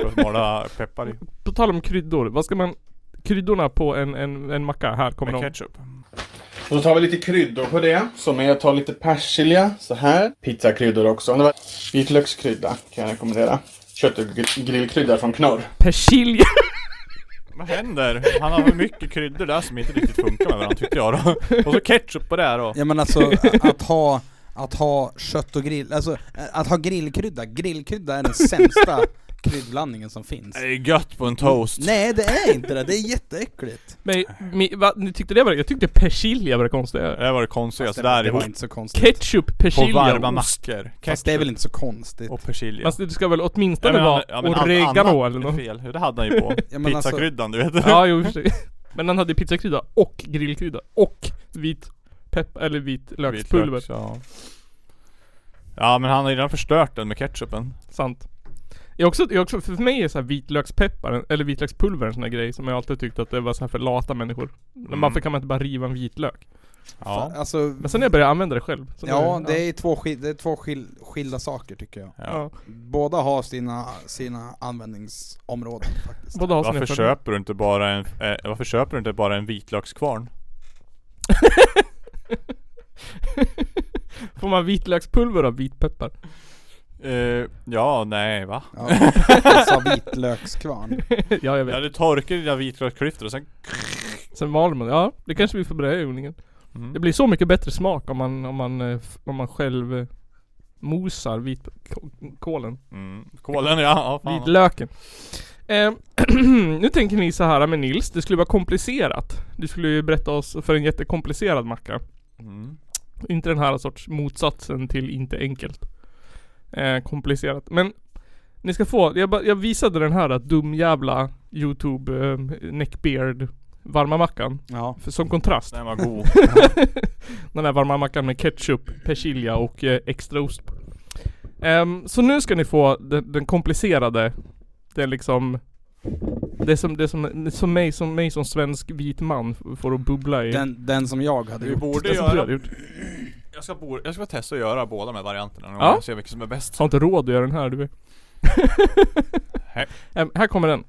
Speaker 4: jag ska ta- Bara peppar i.
Speaker 2: På tal om kryddor, vad ska man... Kryddorna på en, en, en macka, här kommer
Speaker 4: Med
Speaker 2: de.
Speaker 4: ketchup.
Speaker 7: Då tar vi lite kryddor på det. Som är, jag tar lite persilja så här. Pizzakryddor också. Det var Vitlökskrydda kan jag rekommendera. Kött och gr- grillkrydda från Knorr.
Speaker 2: Persilja!
Speaker 4: Vad händer? Han har väl mycket kryddor där som inte riktigt funkar med varandra tyckte jag då. Och så ketchup på det här då.
Speaker 1: Ja men alltså a- att ha, att ha kött och grill, alltså ä- att ha grillkrydda, grillkrydda är den sämsta kryddblandningen som finns.
Speaker 4: Det är gött på en toast.
Speaker 1: Nej det är inte det, det är jätteäckligt.
Speaker 2: Men, mi, va, ni tyckte det var... Jag tyckte persilja var det konstiga.
Speaker 4: Det här var det konstigaste där
Speaker 1: det
Speaker 4: ihop.
Speaker 1: var inte så konstigt.
Speaker 2: Ketchup,
Speaker 4: På
Speaker 2: persilja
Speaker 4: varma
Speaker 2: och ost.
Speaker 4: mackor.
Speaker 1: Fast det är väl inte så konstigt.
Speaker 4: Och persilja.
Speaker 2: Fast det ska väl åtminstone vara oregano eller något.
Speaker 4: fel. Det hade han ju på.
Speaker 1: Ja, men alltså-
Speaker 4: Pizzakryddan du vet.
Speaker 2: Ja, jo i och för sig. Men han hade pizzakrydda och grillkrydda och vit pepp eller vitlökspulver.
Speaker 4: Vitlöks, ja. ja men han har ju redan förstört den med ketchupen.
Speaker 2: Sant. Jag också, jag också, för mig är så här vitlökspeppar, eller vitlökspulver en sån här grej som jag alltid tyckt att det var så här för lata människor. Men
Speaker 4: Mm.
Speaker 2: varför kan man inte bara riva en vitlök?
Speaker 4: Ja.
Speaker 1: Alltså,
Speaker 2: Men sen när jag började använda det själv. så
Speaker 1: ja
Speaker 2: nu-
Speaker 1: det är två, skil, det är två skil, skilda saker tycker jag.
Speaker 2: ja.
Speaker 1: Båda har sina, sina användningsområden faktiskt.
Speaker 2: Båda har sina
Speaker 4: Varför
Speaker 2: fördelar.
Speaker 4: köper du inte bara en, eh, varför köper du inte bara en vitlökskvarn?
Speaker 2: Får man vitlökspulver av vitpeppar?
Speaker 4: Eh, ja, nej va?
Speaker 1: Ja, jag sa vitlökskvarn.
Speaker 2: ja, jag vet.
Speaker 4: Ja du torkar dina vitlöksklyftor och sen
Speaker 2: Sen maler man. Ja, det kanske vi får börja övningen.
Speaker 4: Mm.
Speaker 2: Det blir så mycket bättre smak om man, om man, eh, f- om man själv eh, mosar vit, kålen.
Speaker 4: mm. Kolen ja, ja fan.
Speaker 2: Vitlöken. Eh, nu tänker ni så här med Nils, det skulle vara komplicerat. Du skulle ju berätta oss för en jättekomplicerad macka.
Speaker 4: Mm.
Speaker 2: Inte den här sorts motsatsen till inte enkelt. Eh, komplicerat. Men ni ska få, jag, ba- jag visade den här dumjävla youtube eh, neckbeard varma mackan.
Speaker 1: Ja.
Speaker 2: För, som kontrast.
Speaker 4: Den var god.
Speaker 2: Den där varma mackan med ketchup, persilja och eh, extra ost. Ehm, så nu ska ni få den, den komplicerade, den liksom det som, det som, som, mig, som mig som svensk vit man f- får att bubbla i.
Speaker 1: Den, den som jag hade
Speaker 4: Vi
Speaker 1: gjort.
Speaker 4: borde
Speaker 2: det som du
Speaker 4: göra,
Speaker 2: hade gjort.
Speaker 4: Jag ska, bo, jag ska testa att göra båda de här varianterna någon
Speaker 2: Ja.
Speaker 4: gång och se vilken som är bäst.
Speaker 2: Har inte råd att göra den här du.
Speaker 4: Nej.
Speaker 2: Em, här kommer den.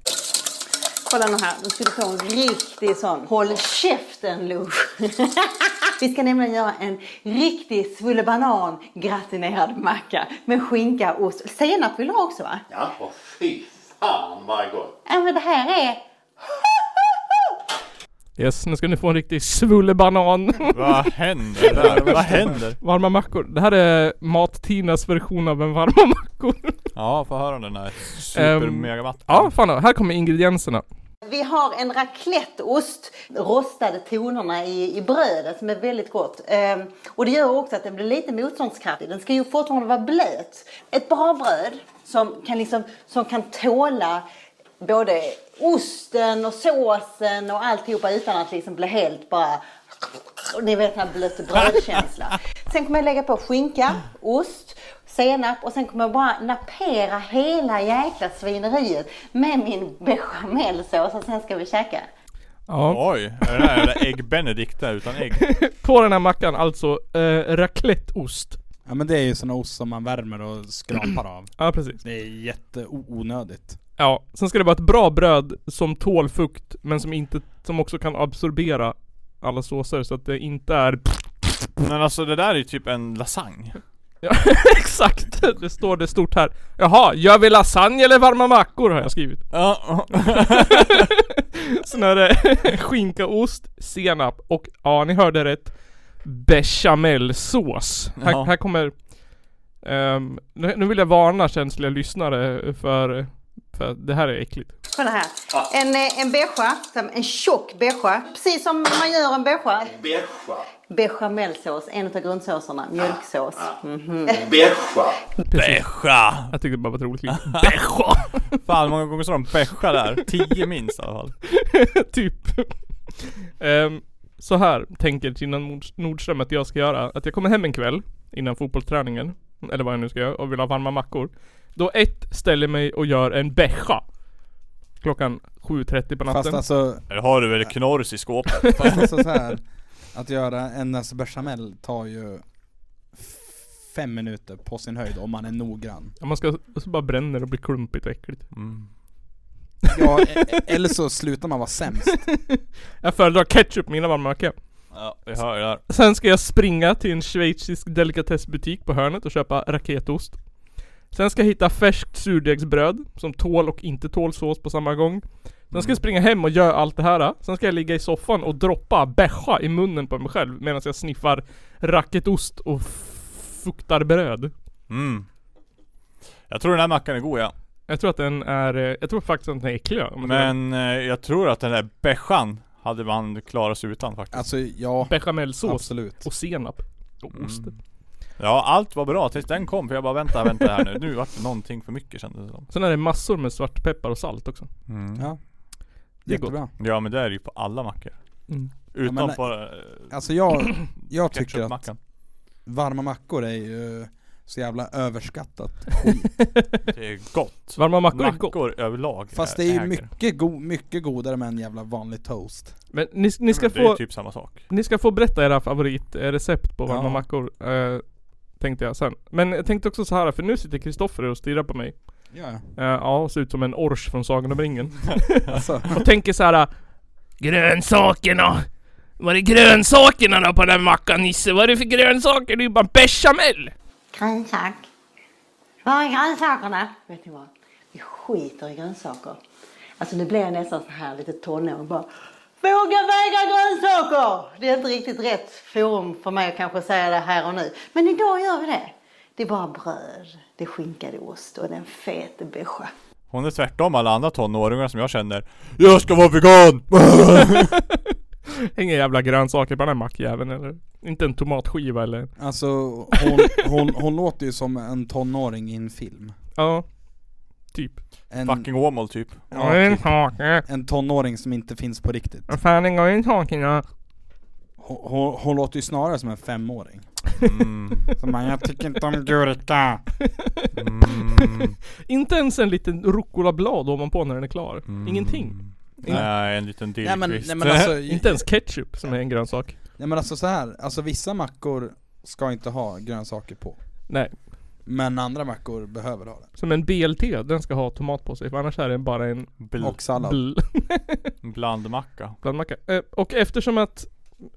Speaker 8: Kolla nu här, nu ska du få en riktig sån håll käften lunch. Vi ska nämligen göra en riktig svullebanan gratinerad macka med skinka, ost. Senap vill du ha också va?
Speaker 9: Ja, och fy fan vad gott!
Speaker 8: Ja men det här är...
Speaker 2: Yes, nu ska ni få en riktig svullebanan.
Speaker 4: Vad händer där? Vad händer?
Speaker 2: varma mackor. Det här är Mat-Tinas version av en varma mackor.
Speaker 4: Ja, få höra om den här
Speaker 2: Ehm,
Speaker 4: supermegamattan.
Speaker 2: Ja, fan Här kommer ingredienserna.
Speaker 8: Vi har en racletteost, rostade tonerna i, i brödet som är väldigt gott. Ehm, och det gör också att den blir lite motståndskraftig. Den ska ju fortfarande vara blöt. Ett bra bröd som kan, liksom, som kan tåla både osten och såsen och alltihopa utan att liksom bli helt bara och ni vet den här blöt brödkänsla. Sen kommer jag lägga på skinka, ost, senap och sen kommer jag bara napera hela jäkla svineriet med min bechamelsås och sen ska vi käka.
Speaker 2: Ja.
Speaker 4: Oj, är det här jävla ägg benedict där utan ägg?
Speaker 2: På den här mackan alltså, eh, racletteost.
Speaker 1: Ja men det är ju sån ost som man värmer och skrapar av.
Speaker 2: Ja, precis.
Speaker 1: Det är jätteonödigt.
Speaker 2: Ja, sen ska det vara ett bra bröd som tål fukt men som inte, som också kan absorbera alla såser så att det inte är
Speaker 4: Men alltså det där är ju typ en lasagne.
Speaker 2: ja, Exakt! Det står det stort här. Jaha, gör vi lasagne eller varma mackor har jag skrivit.
Speaker 4: Ja,
Speaker 2: Sen är det skinka, ost, senap och ja, ni hörde rätt. Bechamelsås. Här,
Speaker 4: Ja.
Speaker 2: här kommer... ehm, nu nu vill jag varna känsliga lyssnare för, för att det här är äckligt.
Speaker 8: Kolla här. En, eh, en becha, som en tjock becha, precis som man gör en becha.
Speaker 9: Beja.
Speaker 8: Bechamelsås, en av grundsåserna, mjölksås. Mhm.
Speaker 9: Beja.
Speaker 4: Beja!
Speaker 2: Jag tyckte det bara var ett roligt. ljud.
Speaker 4: Fan hur många gånger sa de beja där? Tio minst i alla fall.
Speaker 2: typ. Ehm, så här tänker Tina Nord- Nordström att jag ska göra. Att jag kommer hem en kväll innan fotbollsträningen, eller vad jag nu ska göra, och vill ha varma mackor. Då ett ställer mig och gör en becha. Klockan 7.30 på
Speaker 1: Fast
Speaker 2: natten.
Speaker 1: alltså,
Speaker 4: Eller har du väl knorrs i skåpet?
Speaker 1: fast alltså så här att göra en alltså bechamel tar ju f- fem minuter på sin höjd om man är noggrann.
Speaker 2: Ja, man ska, och så bara bränner och blir klumpigt och äckligt.
Speaker 4: Mm.
Speaker 1: Ja, e- e- eller så slutar man vara sämst.
Speaker 2: Jag föredrar ketchup på mina varma mackor.
Speaker 4: Ja, jag hör det där.
Speaker 2: Sen ska jag springa till en schweizisk delikatessbutik på hörnet och köpa raketost. Sen ska jag hitta färskt surdegsbröd som tål och inte tål sås på samma gång. Sen ska jag springa hem och göra allt det här. Sen ska jag ligga i soffan och droppa becha i munnen på mig själv medan jag sniffar raketost och f- fuktar bröd.
Speaker 4: Mm. Jag tror den här mackan är god ja.
Speaker 2: Jag tror att den är, eh, jag tror faktiskt att den är äcklig. om jag ska vara-
Speaker 4: Men eh, jag tror att den där bejan hade man klarat sig utan faktiskt.
Speaker 1: Alltså ja,
Speaker 2: Bechamelsås
Speaker 1: absolut.
Speaker 2: och senap. Och ost.
Speaker 4: Ja, allt var bra tills den kom för jag bara vänta, vänta här nu. Nu vart det någonting för mycket kändes det som.
Speaker 2: Sen är det massor med svartpeppar och salt också.
Speaker 1: Ja.
Speaker 2: Det är gott.
Speaker 1: Jättebra.
Speaker 4: Ja men det är det ju på alla mackor.
Speaker 2: Mm.
Speaker 4: Utom
Speaker 1: Ja, men-
Speaker 4: på eh,
Speaker 1: Alltså jag, jag tycker att
Speaker 4: ketchupmackan.
Speaker 1: varma mackor är ju så jävla överskattat.
Speaker 4: Det är gott.
Speaker 2: Varma mackor är gott.
Speaker 4: Mackor överlag
Speaker 1: Fast det är ju
Speaker 4: äger.
Speaker 1: mycket, go- mycket godare med en jävla vanlig toast.
Speaker 2: Men ni, ni ska
Speaker 4: Det är
Speaker 2: få...
Speaker 4: ju typ samma sak.
Speaker 2: Ni ska få berätta era favoritrecept på varma
Speaker 1: Ja.
Speaker 2: mackor. Eh, tänkte jag sen. Men jag tänkte också så här för nu sitter Kristoffer och stirrar på mig.
Speaker 1: Ja,
Speaker 2: Eh, ja, och ser ut som en ors från Sagan om ringen.
Speaker 1: alltså.
Speaker 2: Och tänker så här. Grönsakerna! Var är grönsakerna då på den mackan Nisse? Vad är det för grönsaker? Det är ju bara bechamel!
Speaker 8: Grönsak. Var är grönsakerna? Vet ni vad? Vi skiter i grönsaker. Alltså nu blir jag nästan så här lite tonåring bara. Våga väga grönsaker! Det är inte riktigt rätt forum för mig att kanske säga det här och nu. Men idag gör vi det. Det är bara bröd, det är skinkad ost och den fete beige.
Speaker 4: Hon är tvärtom alla andra tonåringar som jag känner. Jag ska vara vegan!
Speaker 1: Mm.
Speaker 2: Inga jävla grönsaker på den här mackjäveln eller? Inte en tomatskiva eller?
Speaker 1: Alltså hon, hon, hon låter ju som en tonåring i en film.
Speaker 2: Ja. Typ.
Speaker 1: En,
Speaker 4: Fucking Åmål typ.
Speaker 1: ja, typ.
Speaker 2: Grönsaker.
Speaker 1: en tonåring som inte finns på riktigt.
Speaker 2: Vad fan är grönsakerna?
Speaker 1: Hon, hon, hon låter ju snarare som en femåring. Som man, jag tycker inte om gurka.
Speaker 2: Inte ens en liten rucolablad ovanpå när den är klar.
Speaker 4: Mm.
Speaker 2: Ingenting.
Speaker 4: Nej, en liten
Speaker 1: Nej men,
Speaker 4: dillkvist.
Speaker 1: nej men alltså,
Speaker 2: Inte ens ketchup som är en grönsak.
Speaker 1: nej men alltså så här. alltså vissa mackor ska inte ha grönsaker på.
Speaker 2: Nej.
Speaker 1: Men andra mackor behöver ha det.
Speaker 2: Som en BLT, den ska ha tomat på sig. För annars är den bara en
Speaker 4: Bl-
Speaker 1: Och sallad.
Speaker 2: bl-
Speaker 4: blandmacka.
Speaker 2: blandmacka. Eh, och eftersom att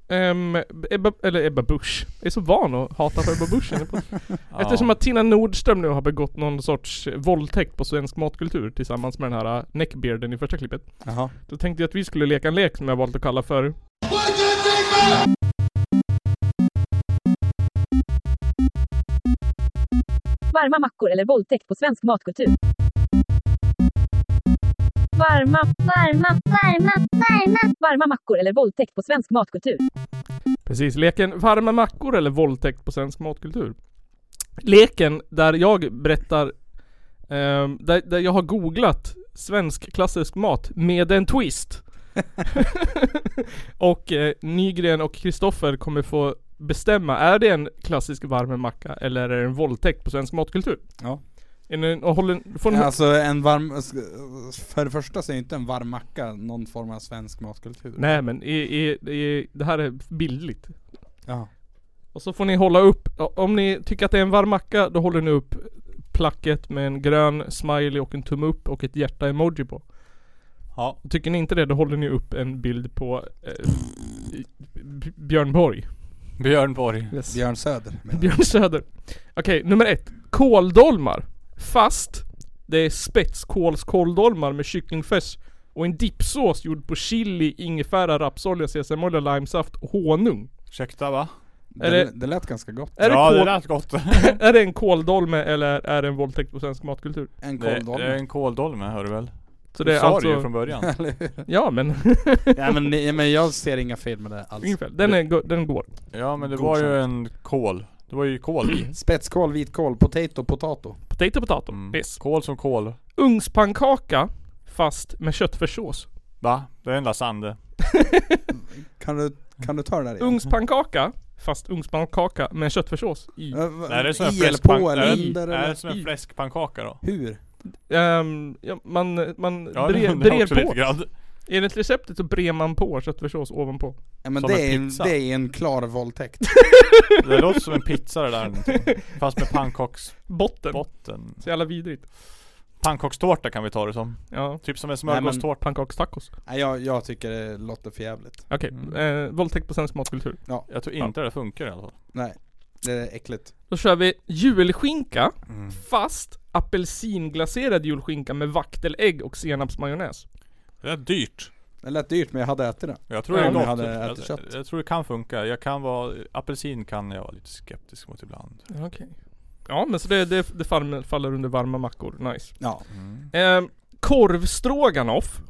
Speaker 2: ehm, Ebba, eller Ebba Busch, jag är så van att hata på Ebba Busch. höll jag på att säga.
Speaker 4: Ja.
Speaker 2: Eftersom att Tina Nordström nu har begått någon sorts våldtäkt på svensk matkultur tillsammans med den här eh, neckbearden i första klippet.
Speaker 1: Jaha.
Speaker 2: Då tänkte jag att vi skulle leka en lek som jag valt att kalla för
Speaker 10: Varma mackor eller våldtäkt på svensk matkultur. Varma, varma, varma, varma. Varma mackor eller våldtäkt på svensk matkultur.
Speaker 2: Precis, leken Varma mackor eller våldtäkt på svensk matkultur. Leken där jag berättar, ehm, där, där jag har googlat svensk klassisk mat med en twist. och eh, Nygren och Kristoffer kommer få bestämma, är det en klassisk varm macka eller är det en våldtäkt på svensk matkultur?
Speaker 1: Ja.
Speaker 2: Är ni, och håller, får ni,
Speaker 1: Alltså en varm, för det första så är ju inte en varm macka någon form av svensk matkultur.
Speaker 2: Nej men i, i, i, det här är bildligt.
Speaker 1: Ja.
Speaker 2: Och så får ni hålla upp, ja, om ni tycker att det är en varm macka då håller ni upp placket med en grön smiley och en tumme upp och ett hjärta-emoji på.
Speaker 4: Ja.
Speaker 2: Och Tycker ni inte det då håller ni upp en bild på eh, B- Björn Borg.
Speaker 4: Björn Borg.
Speaker 1: Björn Söder menar jag.
Speaker 2: Björn Söder. Okej, nummer ett. Kåldolmar. Fast det är spetskålskåldolmar med kycklingfärs och en dippsås gjord på chili, ingefära, rapsolja, sesamolja, limesaft och honung.
Speaker 4: Ursäkta va?
Speaker 2: Är
Speaker 1: det,
Speaker 2: det-
Speaker 1: det lät ganska gott.
Speaker 2: Är,
Speaker 4: ja
Speaker 2: det,
Speaker 4: det
Speaker 2: kål,
Speaker 4: lät gott.
Speaker 2: är det en kåldolme eller är det en våldtäkt på svensk matkultur?
Speaker 1: En
Speaker 4: Det
Speaker 1: kåldolme.
Speaker 4: är en kåldolme hör du väl?
Speaker 2: Så
Speaker 4: Du
Speaker 2: det är
Speaker 4: sa
Speaker 2: alltså...
Speaker 4: det ju från början.
Speaker 1: Eller hur?
Speaker 2: Ja men,
Speaker 1: ja, men, nej, men jag ser inga fel med det alls.
Speaker 2: ungefär. Den, är, go- den går.
Speaker 4: Ja men det
Speaker 1: God
Speaker 4: var ju
Speaker 1: chans.
Speaker 4: en kål. Det var ju kål i.
Speaker 1: Spetskål, vitkål, potato, potato.
Speaker 2: Potato potato.
Speaker 4: Mm.
Speaker 2: Yes.
Speaker 4: Kål som kål.
Speaker 2: Ugnspannkaka fast med köttfärssås.
Speaker 4: Va? Det är en lasagne.
Speaker 1: Kan du, kan du ta det där igen?
Speaker 2: Ugnspannkaka fast ugnspannkaka med köttfärssås i.
Speaker 1: Äh, vad-
Speaker 4: Är det som en
Speaker 1: I eller
Speaker 4: fläskpank-
Speaker 1: på eller
Speaker 4: är
Speaker 1: under
Speaker 4: det, är det
Speaker 1: eller?
Speaker 4: som en
Speaker 2: i?
Speaker 4: fläskpannkaka då?
Speaker 1: Hur?
Speaker 2: Ehm, ja, man man
Speaker 4: Ja det
Speaker 2: brer,
Speaker 4: undrar jag
Speaker 2: brer
Speaker 4: också lite
Speaker 2: på.
Speaker 4: grann.
Speaker 2: Enligt receptet så brer man på köttfärssås ovanpå.
Speaker 1: Ja men
Speaker 4: Som
Speaker 1: det
Speaker 4: en
Speaker 1: är, en-
Speaker 4: pizza.
Speaker 1: det är en klar våldtäkt.
Speaker 4: Det låter som en pizza det där någonting. Fast med pannkaksbotten.
Speaker 2: Botten. Så jävla vidrigt.
Speaker 4: Pannkakstårta kan vi ta det som.
Speaker 2: Ja.
Speaker 4: Typ som en
Speaker 1: men-
Speaker 4: smörgåstårta.
Speaker 2: Pannkakstacos.
Speaker 1: Nej jag, jag tycker det låter för jävligt.
Speaker 2: Okej,
Speaker 4: Mm.
Speaker 2: eh, våldtäkt på svensk matkultur.
Speaker 4: Jag tror inte det funkar i alla fall.
Speaker 1: Nej. Det är äckligt.
Speaker 2: Då kör vi julskinka fast apelsinglaserad julskinka med vaktelägg och senapsmajonnäs.
Speaker 4: Det är dyrt.
Speaker 1: Det lät dyrt men jag hade ätit det.
Speaker 4: Jag tror
Speaker 2: Ja,
Speaker 4: det är
Speaker 2: om jag
Speaker 4: gott.
Speaker 1: hade
Speaker 4: jag,
Speaker 1: ätit
Speaker 4: jag,
Speaker 1: kött.
Speaker 4: tror det kan funka. Jag kan vara, apelsin kan jag vara lite skeptisk mot ibland.
Speaker 2: Okej. Ja men så det, det, det fall- faller under varma mackor, nice.
Speaker 1: Ja.
Speaker 2: Eh, korvstroganoff.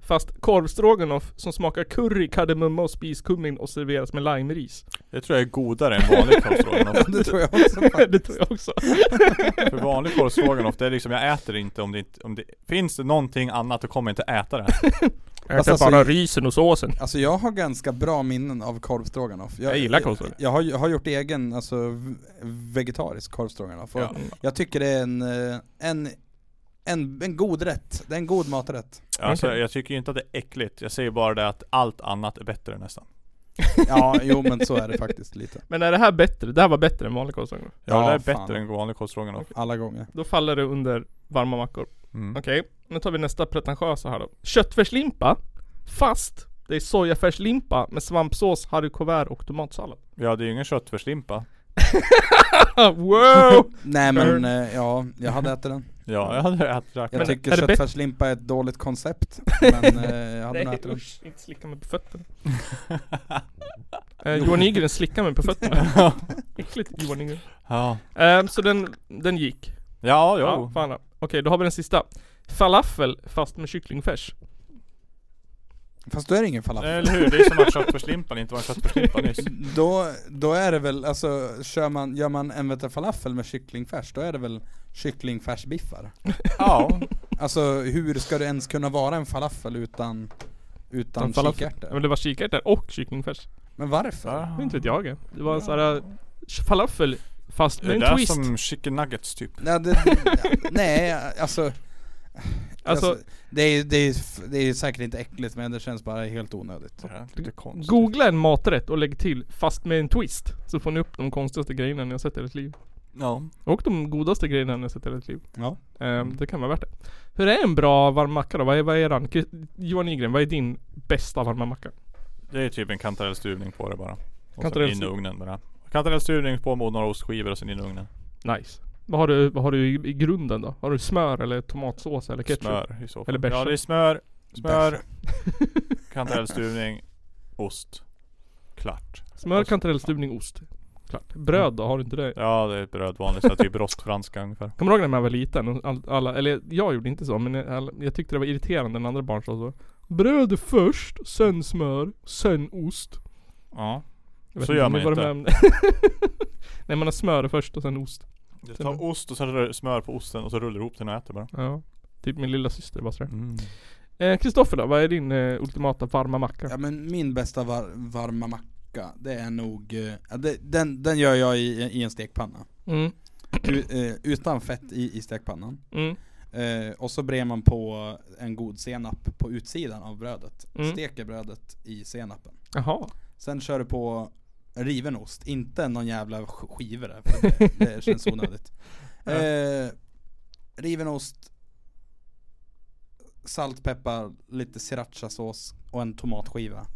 Speaker 2: Fast korvstroganoff som smakar curry, kardemumma och spiskummin och serveras med limeris.
Speaker 4: Det tror jag är godare än vanlig korvstroganoff.
Speaker 1: Det tror jag också faktiskt.
Speaker 2: det tror jag också.
Speaker 4: För vanlig korvstroganoff det är liksom, jag äter inte om det inte, om det, finns det någonting annat då kommer jag inte äta det.
Speaker 2: Jag
Speaker 1: Fast
Speaker 2: äter
Speaker 1: alltså-
Speaker 2: bara risen och såsen.
Speaker 1: Alltså jag har ganska bra minnen av korvstroganoff.
Speaker 2: Jag gillar korvstroganoff.
Speaker 1: Jag har, jag har gjort egen, alltså v- vegetarisk korvstroganoff. Och
Speaker 4: Ja.
Speaker 1: Jag tycker det är en, eh, en, en, en god rätt. Det är en god maträtt.
Speaker 4: Alltså,
Speaker 2: Okej.
Speaker 4: Jag tycker ju inte att det är äckligt. Jag säger bara det att allt annat är bättre nästan.
Speaker 1: Ja, jo men så är det faktiskt lite.
Speaker 2: Men är det här bättre? Det här var bättre än vanlig korvstroganoff.
Speaker 4: Ja,
Speaker 1: Ja,
Speaker 4: det är
Speaker 1: fan.
Speaker 4: bättre än vanlig korvstroganoff.
Speaker 1: Alla gånger.
Speaker 2: Då faller det under varma mackor.
Speaker 4: Mm.
Speaker 2: Okej, nu tar vi nästa pretentiösa här då. Köttfärslimpa. Fast det är sojafärslimpa med svampsås, haricots och tomatsallad.
Speaker 4: Ja, det är ju ingen köttfärslimpa.
Speaker 2: Ah, wow!
Speaker 1: Nej men
Speaker 2: Burn.
Speaker 1: eh, ja, jag hade ätit den.
Speaker 4: Ja, jag hade ätit det.
Speaker 1: Jag
Speaker 4: Men-
Speaker 1: tycker
Speaker 2: är det bättre?
Speaker 1: köttfärslimpa är ett dåligt koncept. Men eh, jag hade nog
Speaker 2: Nej
Speaker 1: ätit den.
Speaker 2: usch, inte slicka mig på fötterna. eh, Johan Nygren slickar mig på fötterna. Äckligt Johan Nygren.
Speaker 4: Ja,
Speaker 2: Eh, så den, den gick.
Speaker 4: ja,
Speaker 2: Ja,
Speaker 4: jo.
Speaker 2: fan. Okej, då har vi den sista. Falafel fast med kycklingfärs.
Speaker 1: Fast då är det ingen falafel.
Speaker 4: Eller hur? Det är som att köttfärslimpan inte var en köttfärslimpa nyss.
Speaker 1: Då, då är det väl, alltså kör man, gör man en vete falafel med kycklingfärs, då är det väl kycklingfärsbiffar?
Speaker 4: Ja,
Speaker 1: Alltså hur ska det ens kunna vara en falafel utan, utan
Speaker 2: En falafel. Ja,
Speaker 1: kikärtor?
Speaker 2: Men det var kikärtor och kycklingfärs.
Speaker 1: Men varför?
Speaker 2: Det Inte vet jag. Det var en sån här eh, falafel fast
Speaker 4: det
Speaker 2: med
Speaker 4: är
Speaker 2: en twist.
Speaker 4: som chicken nuggets typ.
Speaker 1: Nej, det, nej alltså
Speaker 2: Alltså-
Speaker 1: det, är, det, är, det är säkert inte äckligt men det känns bara helt onödigt.
Speaker 2: Googla en maträtt och lägg till fast med en twist. Så får ni upp de konstigaste grejerna ni har sett i ert liv.
Speaker 4: Ja.
Speaker 2: Och de godaste grejerna ni har sett i ert liv.
Speaker 1: Ja.
Speaker 4: Mm.
Speaker 2: Ehm, det kan vara värt det. Hur är en bra varm macka då? Vad är, vad är eran? Kri- Johan Nygren, vad är din bästa varma macka?
Speaker 4: Det är typ en kantarellstuvning på det bara. Och sen
Speaker 2: Kantarellstu-
Speaker 4: in i ugnen bara. Kantarellstuvning på med några ostskivor och sen in i ugnen.
Speaker 2: Nice. Vad har du, vad har du i, i grunden då? Har du smör eller tomatsås eller ketchup?
Speaker 4: Smör i så fall.
Speaker 2: Eller bärsa?
Speaker 4: Ja det är smör, smör, kantarellstuvning, ost. Klart.
Speaker 2: Smör, kantarellstuvning, ost. Klart. Bröd då? Har du inte det?
Speaker 4: Mm. Ja det är ett bröd vanligt, så här typ rostfranska ungefär.
Speaker 2: Kommer du ihåg när man var liten? och all- Alla, eller jag gjorde inte så men alla, jag tyckte det var irriterande när andra barn sa så. Bröd först, sen smör, sen ost.
Speaker 4: Ja.
Speaker 2: Jag vet
Speaker 4: Så
Speaker 2: inte
Speaker 4: gör
Speaker 2: om ni
Speaker 4: man
Speaker 2: var
Speaker 4: inte.
Speaker 2: med om det. Nej man har smör först och sen ost.
Speaker 4: Du tar ost och sen rör- smör på osten och så rullar du ihop den och äter bara.
Speaker 2: Ja. Typ min lilla syster bara sådär.
Speaker 4: Mm.
Speaker 2: Kristoffer då, vad är din eh, ultimata varma macka?
Speaker 1: Ja men min bästa var, varma macka, det är nog, eh, ja, det, den, den gör jag i, i en stekpanna.
Speaker 2: Mm.
Speaker 1: U, eh, utan fett i, i stekpannan.
Speaker 2: Mm.
Speaker 1: Eh, och så brer man på en god senap på utsidan av brödet.
Speaker 2: Mm.
Speaker 1: Steker brödet i senapen.
Speaker 2: Jaha.
Speaker 1: Sen kör du på riven ost, inte någon jävla sk- skiva där. för Det, det känns onödigt.
Speaker 2: Ja.
Speaker 1: Eh, riven ost, salt, peppar, lite srirachasås och en tomatskiva.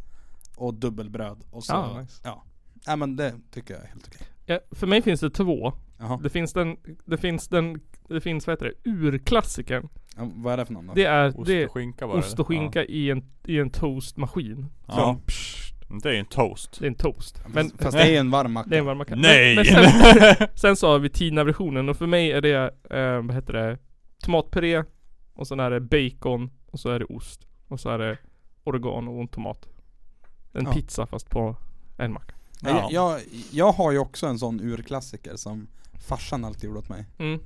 Speaker 1: Och dubbelbröd. Och så,
Speaker 2: Ah, nice.
Speaker 1: ja. Nej men det tycker jag är helt okej.
Speaker 2: Ja, för mig finns det två.
Speaker 1: Jaha.
Speaker 2: Det finns den, det finns den, det finns vad heter det, urklassikern.
Speaker 1: Ja, vad är det för någon då?
Speaker 2: Det är
Speaker 4: Ost
Speaker 2: det,
Speaker 4: och skinka var det.
Speaker 2: ost och skinka i, en, i en toastmaskin.
Speaker 4: Ja. Mm,
Speaker 2: Som-
Speaker 4: Det är ju en toast.
Speaker 2: Det är en toast.
Speaker 1: Men, fast det är ju en varm macka.
Speaker 2: Det är en varm macka.
Speaker 4: Nej!
Speaker 2: Men, men sen, sen så har vi Tina-versionen och för mig är det, eh, vad heter det, tomatpuré och sen är det bacon och så är det ost och så är det oregano och en tomat. En
Speaker 1: Ja.
Speaker 2: pizza fast på en macka.
Speaker 1: Nej, Jag, jag, jag har ju också en sån urklassiker som farsan alltid gjorde åt mig.
Speaker 2: Mm.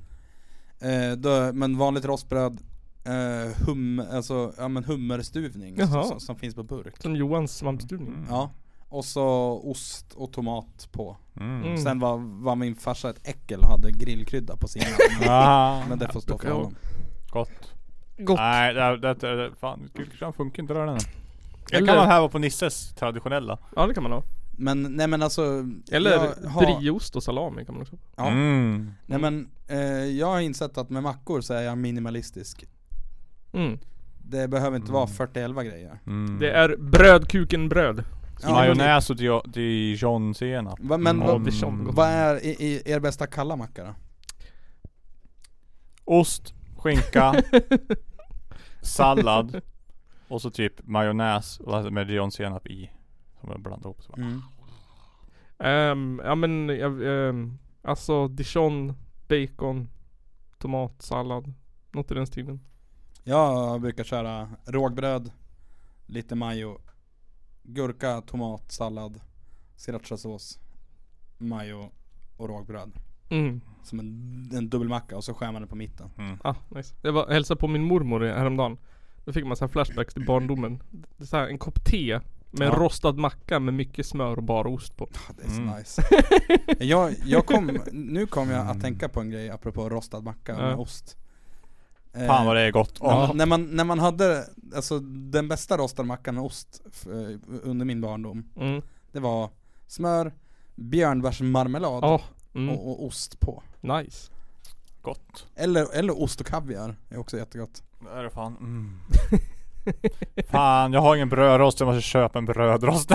Speaker 1: Eh, då, men vanligt rostbröd, eh, hum, alltså, ja, men hummerstuvning
Speaker 2: Jaha.
Speaker 1: som, som finns på burk.
Speaker 2: Som Johans Mm. svampstuvning.
Speaker 1: Ja. Och så ost och tomat på.
Speaker 2: Mm.
Speaker 1: Sen var, var min farsa ett äckel och hade grillkrydda på sina.
Speaker 4: Ah.
Speaker 1: men det får stå för honom.
Speaker 4: Gott.
Speaker 2: Gott.
Speaker 4: Nej, det, det, det, det fan, kullkryddor funkar inte röra den. Det
Speaker 2: Eller-
Speaker 4: kan man häva på Nisses traditionella.
Speaker 2: Ja det kan man ha.
Speaker 1: Men nej men alltså.
Speaker 2: Eller
Speaker 1: jag har-
Speaker 2: brieost och salami kan man också ha.
Speaker 1: Ja.
Speaker 4: Mm.
Speaker 1: Nej men eh, jag har insett att med mackor så är jag minimalistisk.
Speaker 2: Mm.
Speaker 1: Det behöver inte vara 40 grejer.
Speaker 4: Mm.
Speaker 2: Det är bröd, kuken, bröd.
Speaker 1: Ja.
Speaker 4: Majonnäs och Mm. dio- dijonsenap.
Speaker 1: Va, men
Speaker 2: Ja,
Speaker 1: vad-
Speaker 2: det är så gott.
Speaker 1: vad är i, i, er bästa kalla macka då?
Speaker 4: Ost, skinka, sallad och så typ majonnäs och alltså med dijonsenap i. Som jag blandar ihop så. bara.
Speaker 1: Mm.
Speaker 2: Ehm, ja men, jag- ehm, alltså dijon, bacon, tomat, sallad. Något i den stilen.
Speaker 1: Jag brukar köra rågbröd, lite majo, gurka, tomat, sallad, srirachasås, majo och rågbröd.
Speaker 2: Mm.
Speaker 1: Som en, en dubbelmacka och så skär man den på mitten.
Speaker 2: Ah, nice. Jag var hälsade på min mormor häromdagen. Då fick man så här flashbacks till barndomen. Det är så här en kopp te med
Speaker 1: Ja.
Speaker 2: rostad macka med mycket smör och bara ost på.
Speaker 1: Ah, Det är så
Speaker 4: Mm.
Speaker 1: nice. Jag, jag kom, nu kom jag att tänka på en grej apropå rostad macka
Speaker 2: Ja.
Speaker 1: med ost. Eh,
Speaker 4: Fan vad det är gott.
Speaker 1: När
Speaker 4: Åh.
Speaker 1: man, när, man, när man hade, alltså den bästa rostade mackan med ost f- eh, under min barndom
Speaker 2: Mm.
Speaker 1: Det var smör, björnbärsmarmelad
Speaker 2: Ah, mm.
Speaker 1: och, och ost på
Speaker 2: Nice.
Speaker 4: Gott.
Speaker 1: eller, eller ost och kaviar är också jättegott
Speaker 4: Det är det fan. Mm. Fan, jag har ingen brödrost. Jag måste köpa en brödrost.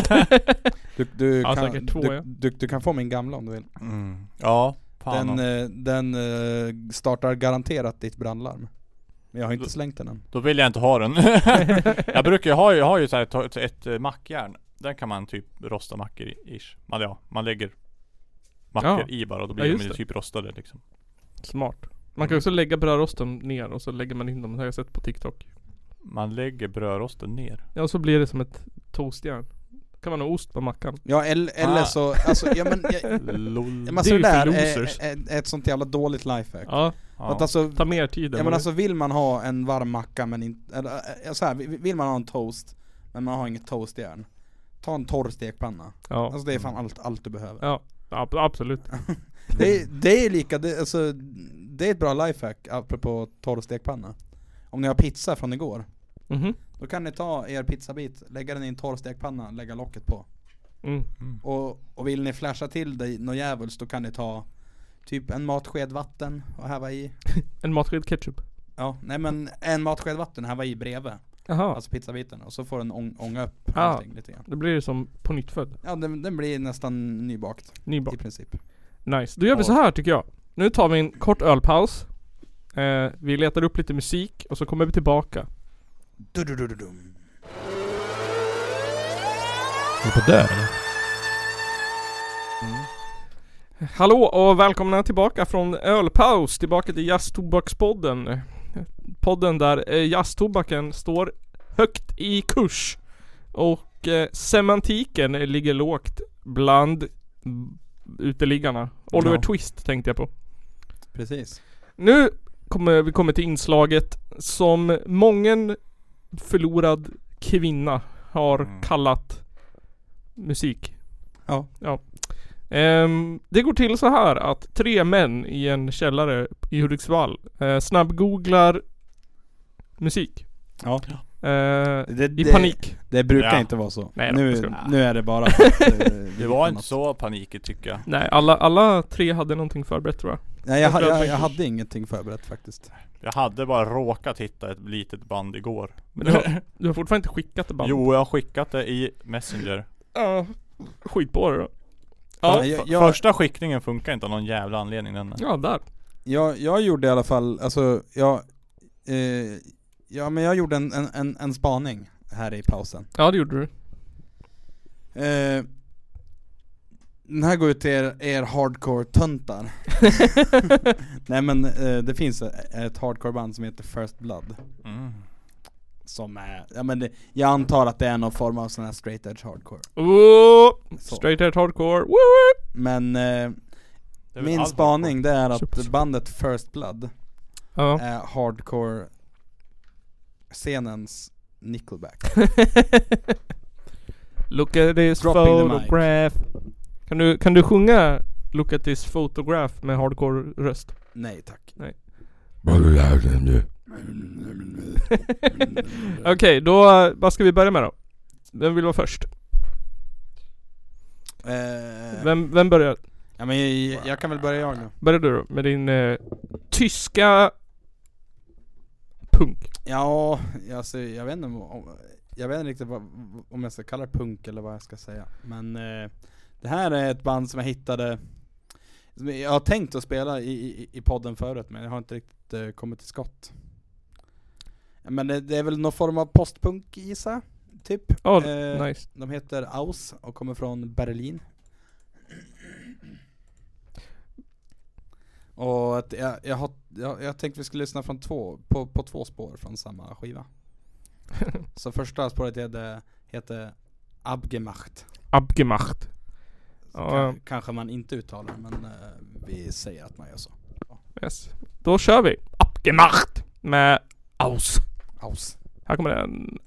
Speaker 1: Du, du,
Speaker 2: Ja,
Speaker 1: kan,
Speaker 2: säkert två,
Speaker 1: du,
Speaker 2: ja.
Speaker 1: du, du kan få min gamla om du vill
Speaker 4: Mm. Ja. Fan.
Speaker 1: Den,
Speaker 4: ja.
Speaker 1: eh, den eh, startar garanterat ditt brandlarm Men jag har inte
Speaker 4: Då-
Speaker 1: slängt den än
Speaker 4: Då vill jag inte ha den. jag brukar ju ha, jag har ju så här ta- ett, ett eh, mackjärn. Den kan man typ rosta mackor i ish. Man, ja, man lägger mackor
Speaker 2: Ja.
Speaker 4: i bara och då
Speaker 2: Ja,
Speaker 4: blir
Speaker 2: just
Speaker 4: de
Speaker 2: det.
Speaker 4: typ rostade liksom.
Speaker 2: Smart. Man kan också lägga brödrosten ner och så lägger man in dem. Det har jag sett på TikTok.
Speaker 4: Man lägger brödrosten ner.
Speaker 2: Ja och så blir det som ett toastjärn. Kan man ha ost på mackan.
Speaker 1: Ja eller, eller
Speaker 4: Ah.
Speaker 1: så, alltså, ja men jag,
Speaker 4: Lol.
Speaker 1: men alltså,
Speaker 2: Det
Speaker 1: det,
Speaker 2: är
Speaker 1: där
Speaker 2: ju för
Speaker 1: är,
Speaker 2: losers.
Speaker 1: är, är ett sånt jävla dåligt lifehack
Speaker 2: Ja,
Speaker 4: Ja.
Speaker 1: Att alltså,
Speaker 2: ta mer tid än
Speaker 1: Ja men
Speaker 2: vad
Speaker 1: alltså vill man ha en varm macka men inte, eller äh, så här, vill vill man ha en toast men man har inget toastjärn Ta en torr stekpanna,
Speaker 2: det- Ja.
Speaker 1: alltså det är fan allt, allt du behöver
Speaker 2: Ja, ab- absolut.
Speaker 1: Det är, det är lika, det, alltså, det är ett bra lifehack apropå torr stekpanna Om ni har pizza från igår
Speaker 2: Mhm.
Speaker 1: Då kan ni ta er pizzabit, lägga den i en torr stekpanna, lägga locket på
Speaker 2: Mm.
Speaker 1: och, och vill ni flasha till dig något djävulskt då kan ni ta typ en matsked vatten och häva i
Speaker 2: En matsked ketchup.
Speaker 1: Ja, nej men en matsked vatten här var i bredvid.
Speaker 2: Jaha.
Speaker 1: Alltså pizzabiten. Och så får den ång- ånga upp
Speaker 2: Ja.
Speaker 1: allting lite grann.
Speaker 2: Det blir ju som på nytt född.
Speaker 1: Ja, den, den blir nästan nybakt.
Speaker 2: Nybakt.
Speaker 1: I princip.
Speaker 2: Nice. Då gör vi så här tycker jag. Nu tar vi en kort ölpaus. Eh, vi letar upp lite musik och så kommer vi tillbaka.
Speaker 1: Du-du-du-du-dum.
Speaker 11: Är på där eller?
Speaker 2: Hallå och välkomna tillbaka från ölpaus. Tillbaka till Jazztobakspodden. Podden där eh, jazztobaken står högt i kurs. Och eh, semantiken ligger lågt bland mm, uteliggarna. Oliver
Speaker 1: Ja.
Speaker 2: Twist tänkte jag på.
Speaker 1: Precis.
Speaker 2: Nu kommer vi kommer till inslaget som mången förlorad kvinna har kallat musik.
Speaker 1: Mm. Ja.
Speaker 2: Ehm, det går till så här att tre män i en källare i Hudiksvall eh, snabbgooglar musik.
Speaker 1: Ja.
Speaker 2: Eh, I
Speaker 1: det-
Speaker 2: panik.
Speaker 1: Det brukar
Speaker 4: Ja.
Speaker 1: inte vara så.
Speaker 2: Nej då, jag
Speaker 1: nu,
Speaker 2: skojar.
Speaker 1: nu är det bara för att, eh,
Speaker 4: Det var inte så panikigt tycker jag.
Speaker 2: Nej, alla, alla tre hade någonting förberett tror jag.
Speaker 1: Nej jag, ha-
Speaker 2: tror att
Speaker 1: jag,
Speaker 2: man-
Speaker 1: jag hade ingenting förberett faktiskt.
Speaker 4: Jag hade bara råkat hitta ett litet band igår.
Speaker 2: Men du, har, du har fortfarande inte skickat det bandet?
Speaker 4: Jo, jag har skickat det i Messenger.
Speaker 2: Ja, skit på det då.
Speaker 1: Fan,
Speaker 2: Ja,
Speaker 1: jag-
Speaker 4: F- Första skickningen funkar inte av någon jävla anledning den.
Speaker 2: ja där.
Speaker 1: Jag, jag gjorde i alla fall, alltså jag, eh, ja men jag gjorde en, en, en, en spaning här i pausen.
Speaker 2: Ja det gjorde du.
Speaker 1: Eh, den här går ut till er, er hardcore-töntar. Nej men eh, det finns ett ett hardcore-band som heter First Blood.
Speaker 4: Mm.
Speaker 1: Som är, ja men det, jag antar att det är någon form av sån här straight edge hardcore.
Speaker 2: Oh,
Speaker 1: Så.
Speaker 2: straight edge hardcore. Woo!
Speaker 1: Men eh,
Speaker 4: Det är väl
Speaker 1: min
Speaker 4: allt
Speaker 1: spaning det är
Speaker 2: Super,
Speaker 1: att
Speaker 2: super.
Speaker 1: bandet First Blood
Speaker 2: Ja.
Speaker 1: är hardcore-scenens Nickelback.
Speaker 2: Look at this
Speaker 1: Drop in the mic.
Speaker 2: photograph. Kan du, kan du sjunga Look at this photograph med hardcore röst?
Speaker 1: Nej tack.
Speaker 2: Okej, då eh, vad ska vi börja med då? Vem vill vara först?
Speaker 1: Eh,
Speaker 2: Vem, vem börjar?
Speaker 1: ja men jag, jag kan väl börja jag nu.
Speaker 2: Börjar du då med din eh, tyska punk?
Speaker 1: Ja, alltså, jag vet inte om- om, jag vet inte riktigt vad, om jag ska kalla det punk eller vad jag ska säga. Men eh, det här är ett band som jag hittade, som jag har tänkt att spela i, i, i podden förut men jag har inte riktigt eh, kommit till skott. Men det, det är väl någon form av postpunk gissar jag, typ.
Speaker 2: Ja,
Speaker 1: Eh,
Speaker 2: nice.
Speaker 1: De heter Aus och kommer från Berlin. Och att jag, jag, har, jag, jag tänkte vi skulle lyssna från två, på, på två spår från samma skiva. Så första spåret heter, heter Abgemacht.
Speaker 2: Abgemacht. Ja,
Speaker 1: Ka- Kanske man inte uttalar men eh, vi säger att man gör så.
Speaker 2: yes. Då kör vi. Abgemacht med Aus.
Speaker 1: Aus.
Speaker 2: Här kommer den.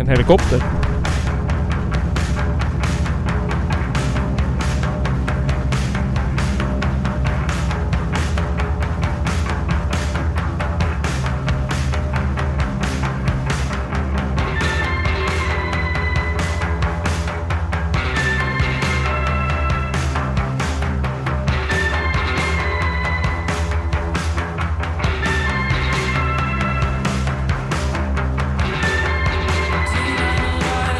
Speaker 2: En helikopter.
Speaker 3: Tonight,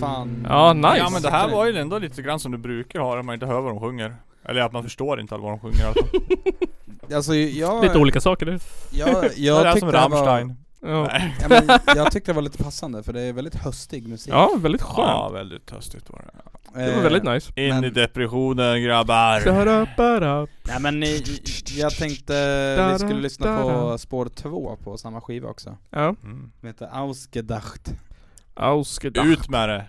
Speaker 1: fan.
Speaker 2: Ja, nice.
Speaker 4: Ja men det här var ju ändå lite grann som du brukar ha när man inte hör vad de sjunger. Eller att man förstår inte vad de sjunger alltså.
Speaker 1: Alltså, jag,
Speaker 2: Lite olika saker nu.
Speaker 1: Jag,
Speaker 4: Det är
Speaker 1: jag tyckte
Speaker 4: som
Speaker 1: det här
Speaker 4: Rammstein.
Speaker 1: Var,
Speaker 4: Nej.
Speaker 1: ja, men, jag tyckte det var lite passande för det är väldigt höstig musik. Eh,
Speaker 2: Ja, väldigt skönt.
Speaker 4: Ja väldigt töstigt var det.
Speaker 2: Det var väldigt nice.
Speaker 4: In i depressionen grabbar.
Speaker 2: Da-da-ba-da.
Speaker 1: Nej men ni, jag tänkte vi skulle lyssna på spår två på samma skiva också.
Speaker 2: Ja.
Speaker 1: Som heter Ausgedacht.
Speaker 2: Ausgedacht.
Speaker 4: Mm. Ut med det.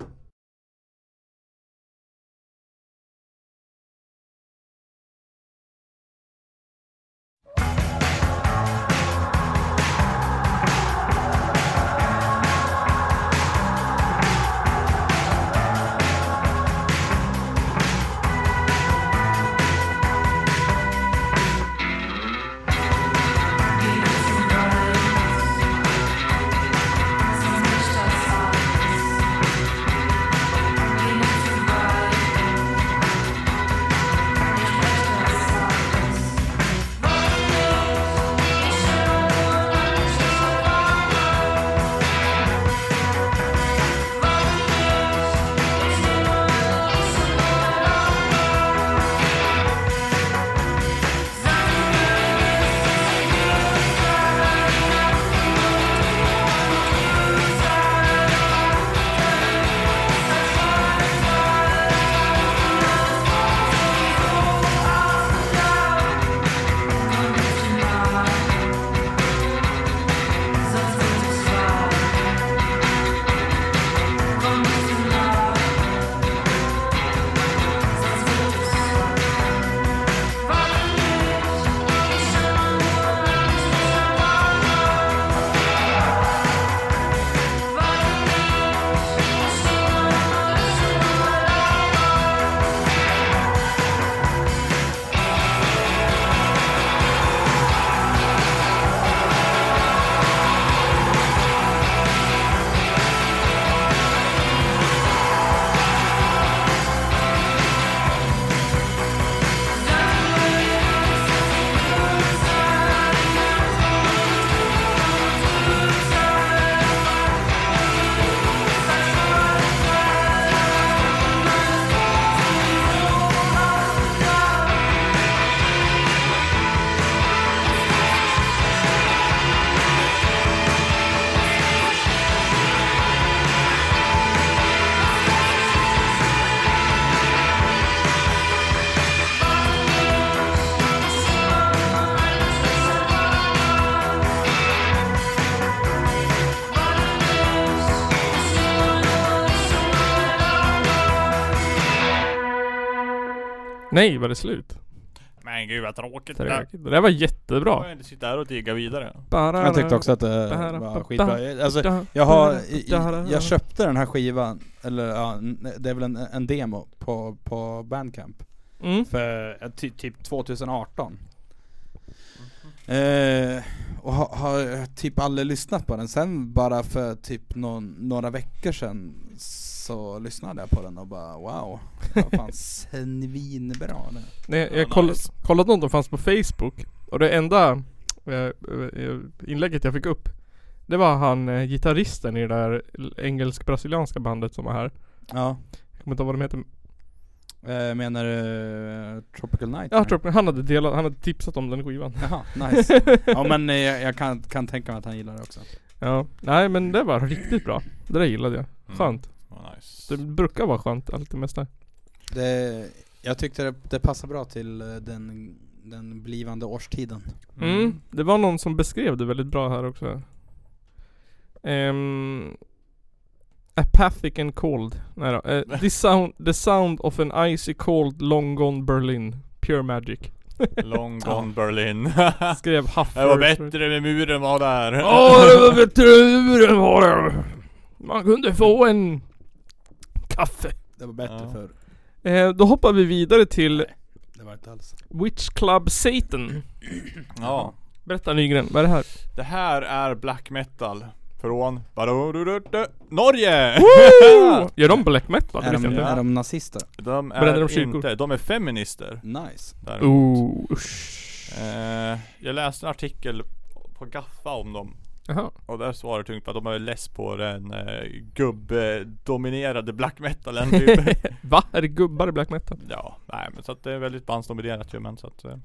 Speaker 2: Nej, var det slut?
Speaker 4: Men gud vad tråkigt det där.
Speaker 2: Tråkigt. Det där var
Speaker 4: Jag
Speaker 2: jättebra.
Speaker 4: kan inte sitta här och digga vidare.
Speaker 1: Jag tyckte också att det var skitbra. Alltså, jag, har, jag köpte den här skivan, eller ja, det är väl en, en demo på, på Bandcamp.
Speaker 2: Mm.
Speaker 1: För eh, ty, typ 2018. Eh, och har, har typ aldrig lyssnat på den. Sen bara för typ någon, några veckor sedan så lyssnade jag på den och bara wow. Det var fan svinbra det.
Speaker 2: Nej,
Speaker 4: Ja,
Speaker 2: jag koll,
Speaker 4: nice.
Speaker 2: kollade om de fanns på Facebook och det enda eh, eh, inlägget jag fick upp Det var han eh, gitarristen i det där engelsk-brasilianska bandet som var här
Speaker 1: Ja.
Speaker 2: Jag kommer inte ihåg vad de heter
Speaker 1: Eh, menar du eh, Tropical Night?
Speaker 2: Ja, jag tror han hade delat, han hade tipsat om den skivan
Speaker 1: Jaha, nice. Ja men eh, jag, jag kan, kan tänka mig att han gillar det också.
Speaker 2: Ja, nej men det var riktigt bra Det där gillade
Speaker 4: Mm.
Speaker 2: jag Skönt
Speaker 4: Vad nice.
Speaker 2: Det brukar vara skönt allt det mesta
Speaker 1: Det, jag tyckte det, det passar bra till eh, den, den blivande årstiden.
Speaker 2: mm. det var någon som beskrev det väldigt bra här också Ehm, Apathic and cold Nej då. Eh, the, sound, the sound of an icy cold long gone Berlin Pure magic
Speaker 4: Long gone Berlin.
Speaker 2: Skrev
Speaker 4: det var
Speaker 2: Huffer
Speaker 4: bättre med muren var där.
Speaker 2: Ja, det var bättre än muren var det. Man kunde få en kaffe.
Speaker 1: Det var bättre
Speaker 4: Ja.
Speaker 1: förr.
Speaker 2: Eh, då hoppar vi vidare till
Speaker 1: Det var inte alls.
Speaker 2: Witch Club Satan.
Speaker 4: Ja.
Speaker 2: Berätta Nygren, vad är det här?
Speaker 4: Det här är black metal. Från Badururururu- Norge! Ah!
Speaker 2: Woo! Oh! Gör de black metal? Det
Speaker 1: Är
Speaker 2: visste
Speaker 1: de,
Speaker 2: jag
Speaker 1: är
Speaker 2: inte.
Speaker 1: de nazister?
Speaker 4: De
Speaker 2: Bränner de
Speaker 4: är
Speaker 2: kyrkor?
Speaker 4: inte, de är feminister.
Speaker 1: Nice.
Speaker 4: Däremot.
Speaker 2: Oh, usch.
Speaker 4: Eh, jag läste en artikel på Gaffa om dem.
Speaker 2: Jaha.
Speaker 4: Och där svarar tungt på att de är less på den eh, gubbdominerade black metalen typ.
Speaker 2: Va? Är det gubbar i black metal?
Speaker 4: ja, nej men så att det är väldigt bandsdominerat ju men så att eh,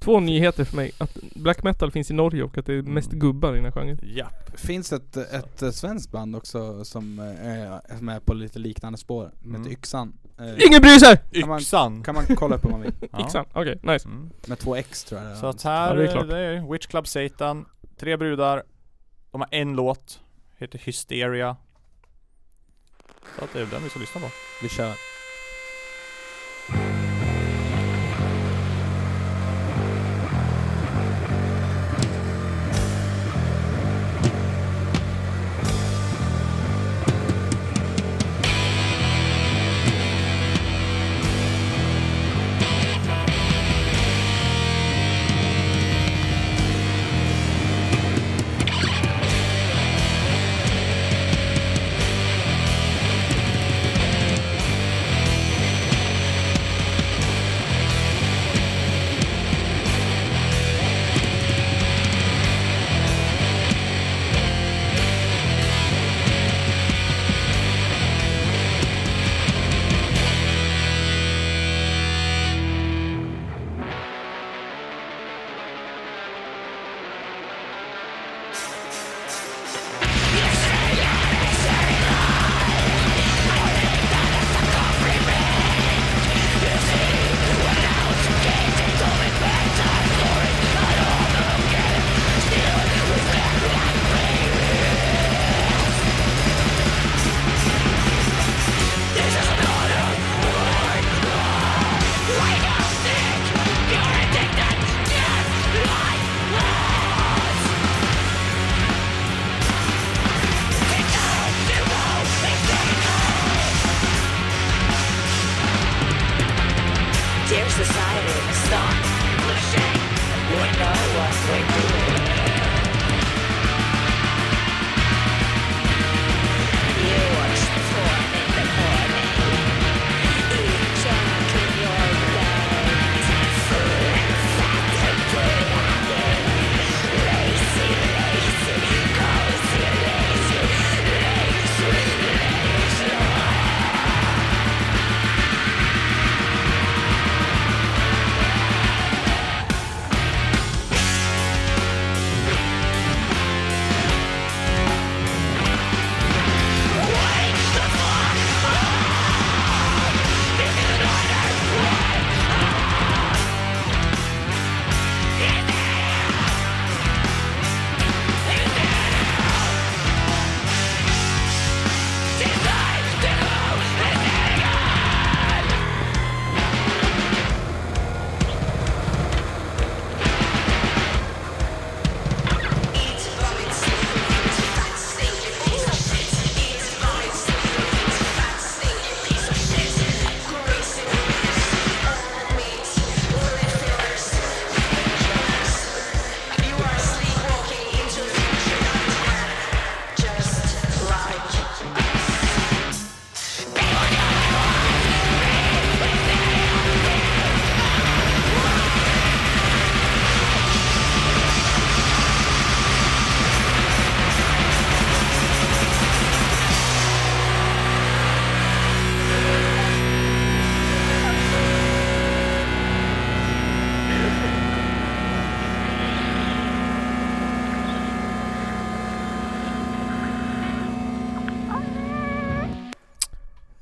Speaker 2: Två nyheter för mig. Att black metal finns i Norge och att det är mest gubbar i den här genren.
Speaker 4: Japp.
Speaker 1: Finns ett, ett eh, svenskt band också som eh, är, som är på lite liknande spår, med
Speaker 2: Mm.
Speaker 1: Yxan Eh,
Speaker 2: Ingen bryr sig!
Speaker 1: Kan man,
Speaker 4: Yxan.
Speaker 1: kan man kolla upp om man vill
Speaker 4: Ja. Mm.
Speaker 2: Yxan, okej, nice.
Speaker 1: Med två X tror jag det är.
Speaker 4: Så att
Speaker 2: Ja,
Speaker 4: här, det
Speaker 2: det
Speaker 4: är,
Speaker 2: är klart.
Speaker 4: det är Witch Club Satan, tre brudar, de har en låt, heter Hysteria. Så att det är den vi ska lyssna på.
Speaker 1: Vi kör
Speaker 3: Dear society, stop pushing. We know what we're doing. You watch the porn in the morning. Eat junk in your days. Food and fat and good again. Lazy, lazy, cozy, lazy, lazy, lazy,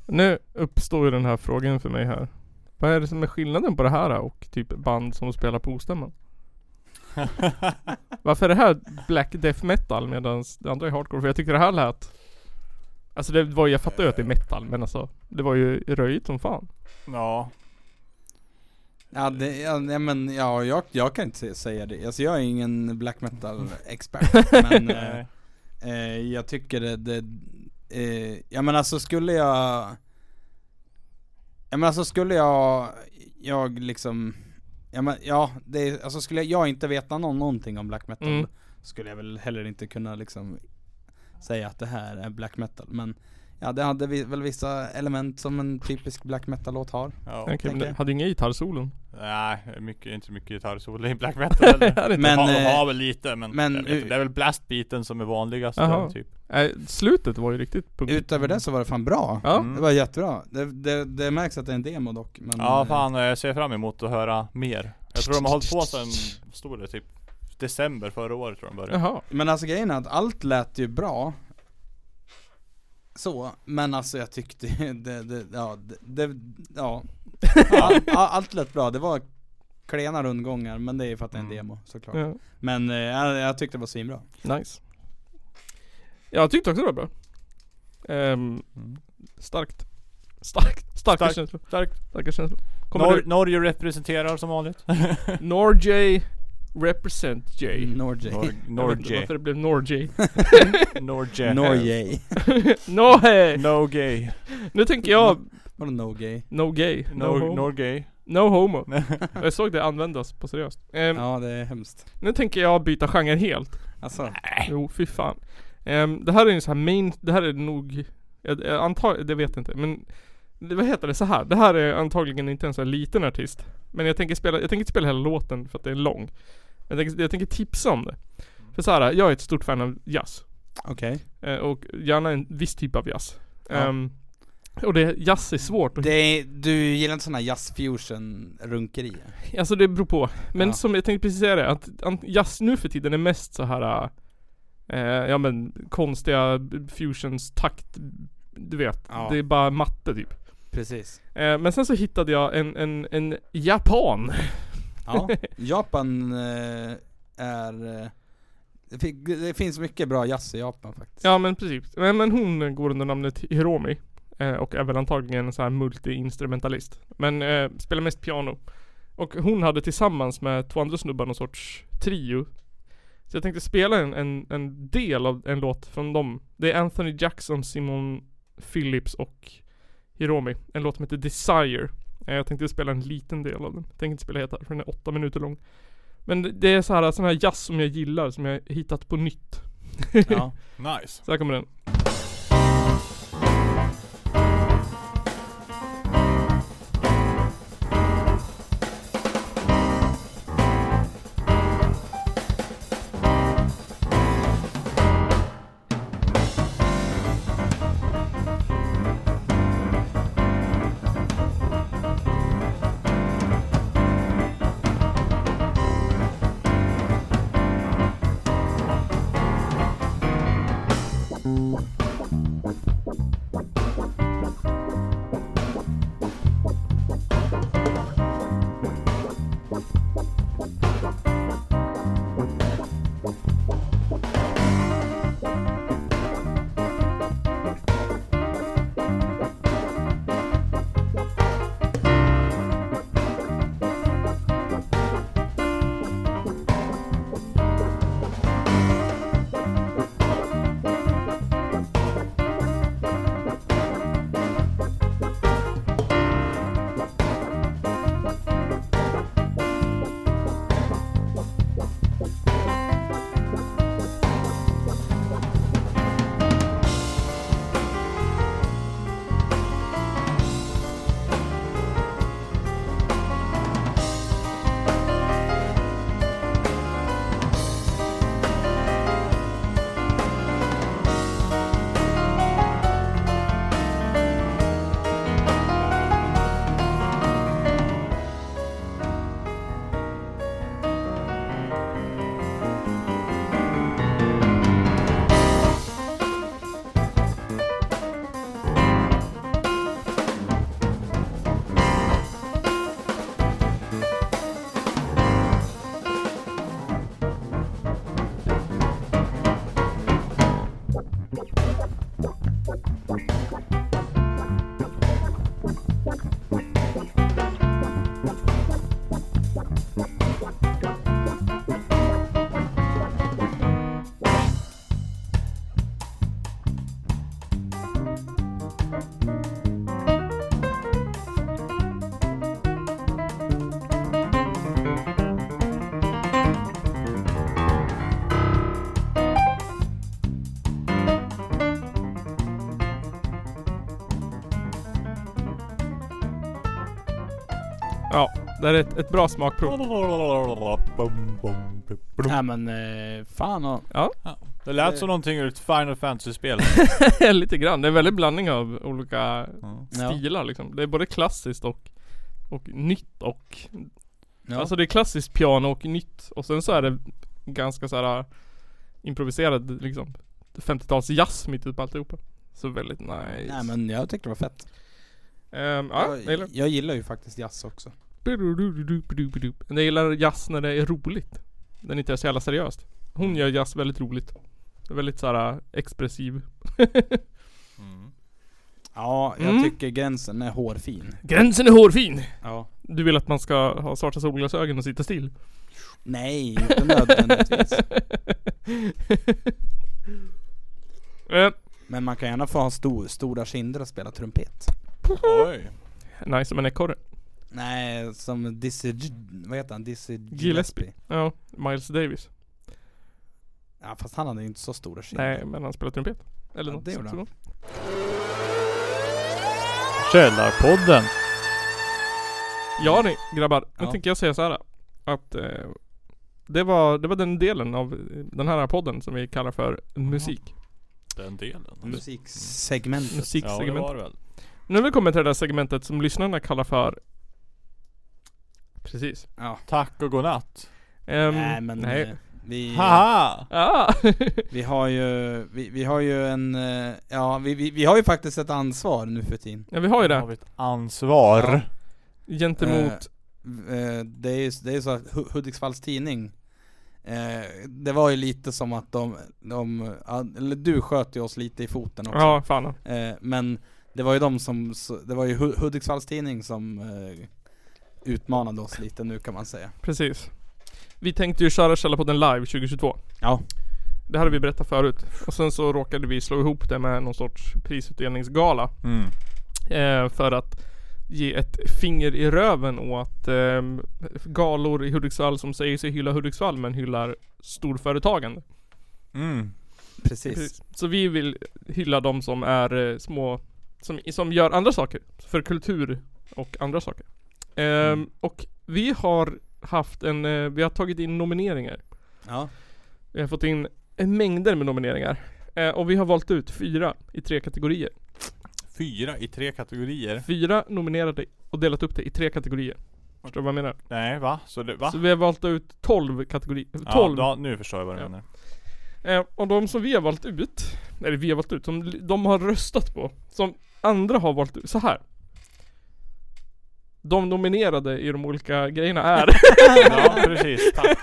Speaker 2: Nu uppstår ju den här frågan för mig här. Vad är det som är skillnaden på det här och typ band som spelar på ostämman? Varför är det här black death metal medan det andra är hardcore? För jag tyckte det här lät... Alltså det var ju, jag fattar ju att det är metal men alltså Det var ju röjigt som fan.
Speaker 4: Ja.
Speaker 1: Ja, det, ja nej, men ja, jag, jag kan inte se- säga det. Alltså jag är ingen black metal expert men eh,
Speaker 4: Nej.
Speaker 1: eh, jag tycker det, det eh, ja men alltså skulle jag Ja men alltså skulle jag, jag liksom Ja men ja, det, är- alltså skulle jag, jag inte veta någon, någonting om black metal
Speaker 2: Mm.
Speaker 1: Skulle jag väl heller inte kunna liksom Säga att det här är black metal men Ja det hade vi, väl vissa element som en typisk black metal-låt har.
Speaker 4: Ja.
Speaker 2: Okej, men
Speaker 1: tänker
Speaker 2: det hade ju inga gitarrsolon.
Speaker 4: Nej, mycket, inte så mycket gitarrsolo i black metal heller.
Speaker 2: det
Speaker 4: men,
Speaker 2: inte.
Speaker 4: de, har, de
Speaker 2: Men,
Speaker 4: har
Speaker 2: eh,
Speaker 4: väl lite men,
Speaker 1: men
Speaker 4: jag vet, inte. det är väl blastbiten som är vanligast.
Speaker 2: Jaha.
Speaker 4: där, Typ.
Speaker 2: Nej, Äh, slutet var ju riktigt punkt.
Speaker 1: Utöver det så Mm. var det fan bra.
Speaker 2: Ja.
Speaker 4: Mm.
Speaker 1: Det var jättebra. Det, det, det märks att det är en demo dock. Men
Speaker 4: Ja
Speaker 1: eh,
Speaker 4: fan, jag ser fram emot att höra mer. Jag tror de har hållit på sedan, stod det typ December förra året tror jag de började.
Speaker 1: Men alltså grejen är att allt lät ju bra Så, men alltså jag tyckte ju- det, det, ja, det, det ja All, all- Allt lät bra, det var klena rundgångar men det är ju för att det är en demo såklart
Speaker 2: Ja.
Speaker 1: Men eh, jag, jag tyckte det var svinbra
Speaker 2: Nice. Jag tyckte också det var bra. Ehm,
Speaker 1: Mm.
Speaker 2: Starkt. Starkt. Starka
Speaker 4: Starkt.
Speaker 2: känslor.
Speaker 4: Starkt.
Speaker 2: Starka känslor. Kommer
Speaker 4: Nor-
Speaker 2: du-
Speaker 4: Norge representerar som vanligt.
Speaker 2: Norj represent J.
Speaker 1: Norj.
Speaker 2: Jag vet inte
Speaker 4: Norj.
Speaker 2: Varför det blev Norj.
Speaker 1: Norge.
Speaker 4: Norge.
Speaker 2: no hey.
Speaker 4: No gay.
Speaker 2: Nu tänker jag
Speaker 1: Vadå no gay?
Speaker 2: no gay. No,
Speaker 4: No-
Speaker 2: homo.
Speaker 4: no gay.
Speaker 2: No homo. jag såg det användas på seriöst. Ehm,
Speaker 1: Ja det är hemskt
Speaker 2: Nu tänker jag byta genre helt.
Speaker 1: Alltså,
Speaker 2: Jo, fy fan. Ehm, det här är ju så här main, det här är nog, jag, jag antar, det vet jag inte men det- vad heter det så här? Det här är antagligen inte en så här liten artist. Men jag tänker spela, jag tänker inte spela hela låten för att det är lång. Jag tänker, jag tänker tipsa om det. För så här, jag är ett stort fan av jazz.
Speaker 1: okej
Speaker 2: Eh, och gärna en viss typ av jazz.
Speaker 1: Ja.
Speaker 2: Ehm, och det, jazz är svårt. att-
Speaker 1: Det är, Du gillar inte såna jazzfusion runkerier?
Speaker 2: Alltså det beror på. Men
Speaker 1: Ja.
Speaker 2: som jag tänkte precis säga det, att an- jazz nu för tiden är mest så här eh, ja men konstiga b- fusions takt, du vet.
Speaker 1: Ja.
Speaker 2: Det är bara matte typ.
Speaker 1: Precis
Speaker 2: Eh, men sen så hittade jag en, en, en japan.
Speaker 1: Ja, Japan eh, är eh, det fi- det finns mycket bra jazz i Japan faktiskt
Speaker 2: ja men precis. Men, men hon går under namnet Hiromi. Eh, och är väl antagligen en så här multi-instrumentalist. Men eh, spelar mest piano. Och hon hade tillsammans med två andra snubbar någon sorts trio. Så jag tänkte spela en, en, en del av en låt från dem. Det är Anthony Jackson, Simon Phillips och Hiromi. En låt som heter Desire. Eh, Jag tänkte spela en liten del av den. Jag tänker inte spela hela, för den är åtta minuter lång. Men det- det är så här, sån här jazz som jag gillar, som jag hittat på nytt.
Speaker 1: Ja.
Speaker 4: Nice.
Speaker 2: Så här kommer den. Ja, det här är ett, ett bra smakprov.
Speaker 1: Nej men eh, fan och...
Speaker 2: Ja.
Speaker 4: Det lät som någonting ur ett Final Fantasy-spel.
Speaker 2: Lite grann. Det är en väldig blandning av olika stilar liksom. Det är både klassiskt och, och nytt och...
Speaker 1: Ja.
Speaker 2: Alltså det är klassiskt piano och nytt. Och sen så är det ganska så här improviserad liksom 50-tals jazz mitt ute på alltihopa. Så väldigt nice.
Speaker 1: Nej men jag tyckte det var fett.
Speaker 2: Ehm, ja, jag gillar
Speaker 1: jag, jag gillar ju faktiskt jazz också.
Speaker 2: det. Jag gillar jazz när det är roligt. Den inte är så jävla seriöst. Hon gör jazz väldigt roligt. Väldigt såhär expressiv.
Speaker 1: Ja, jag
Speaker 2: Mm.
Speaker 1: tycker gränsen är hårfin.
Speaker 2: Gränsen är hårfin!
Speaker 1: Ja.
Speaker 2: Du vill att man ska ha svarta solglasögon och sitta still?
Speaker 1: Nej, inte nödvändigtvis.
Speaker 2: Eh,
Speaker 1: Men man kan gärna få ha stor, stora kinder och spela trumpet.
Speaker 4: Oj.
Speaker 2: Nej, som en ekorre.
Speaker 1: Nej, som Dizzy... G- Vad heter han? Dizzy Gillespie.
Speaker 2: Gillespie. Ja, Miles Davis.
Speaker 1: Ja fast han hade ju inte så stora kinder.
Speaker 2: Nej, men han spelar trumpet. Eller
Speaker 1: Ja,
Speaker 2: något
Speaker 1: det
Speaker 2: sånt.
Speaker 1: gjorde han.
Speaker 4: Källarpodden.
Speaker 2: Ja ni grabbar, nu
Speaker 1: Ja.
Speaker 2: tänker jag säga så här. Att eh, det, var, det var den delen av eh, den här podden som vi kallar för musik.
Speaker 4: Den delen.
Speaker 1: Musiksegmentet.
Speaker 4: Ja, det
Speaker 2: Musiksegment.
Speaker 4: var det väl.
Speaker 2: Nu har vi kommit till det där segmentet som lyssnarna kallar för Precis.
Speaker 1: Ja.
Speaker 4: Tack och godnatt.
Speaker 2: Ehm,
Speaker 1: Nej men
Speaker 2: nej.
Speaker 1: eh,
Speaker 4: Mm.
Speaker 1: vi...
Speaker 4: Haha!
Speaker 2: Ah.
Speaker 1: Vi har ju, vi, vi har ju en, eh, ja vi, vi, vi har ju faktiskt ett ansvar nu för tiden.
Speaker 2: ja vi har ju
Speaker 4: Har
Speaker 2: det.
Speaker 4: vi ett ansvar?
Speaker 2: Gentemot
Speaker 1: Eh, eh, det är ju det är ju så att Hu- Hudiksvalls tidning, eh, det var ju lite som att de, de ja, eller du sköt ju oss lite i foten också.
Speaker 2: Ja, fan. ja.
Speaker 1: Eh, men det var ju de som, s- det var ju Hu- Hudiksvalls tidning som eh, utmanade oss lite nu kan man säga.
Speaker 2: Precis. Vi tänkte ju köra Källarpodden live 2022.
Speaker 1: Ja.
Speaker 2: Det hade vi berättat förut. Och sen så råkade vi slå ihop det med någon sorts prisutdelningsgala.
Speaker 4: Mm.
Speaker 2: Eh, för att ge ett finger i röven åt ehm, galor i Hudiksvall som säger sig hylla Hudiksvall men hyllar storföretagande.
Speaker 4: Mm.
Speaker 1: Precis.
Speaker 2: Så vi vill hylla de som är eh, små, som, som gör andra saker. För kultur och andra saker. Ehm,
Speaker 1: Mm.
Speaker 2: Och vi har haft en, eh, vi har tagit in nomineringar.
Speaker 1: Ja.
Speaker 2: Vi har fått in en mängder med nomineringar. Eh, och vi har valt ut fyra i tre kategorier.
Speaker 4: Fyra i tre kategorier.
Speaker 2: Fyra nominerade och delat upp det i tre kategorier. Förstår du vad jag menar?
Speaker 4: Nej va? Så det, va?
Speaker 2: Så vi har valt ut 12 kategorier.
Speaker 4: Ja,
Speaker 2: 12.
Speaker 4: ja, nu förstår jag vad du
Speaker 2: Ja.
Speaker 4: menar.
Speaker 2: eh, och de som vi har valt ut, eller vi har valt ut, som de har röstat på. Som andra har valt ut. Så här. De nominerade i de olika grejerna är
Speaker 4: Ja, precis. Tack.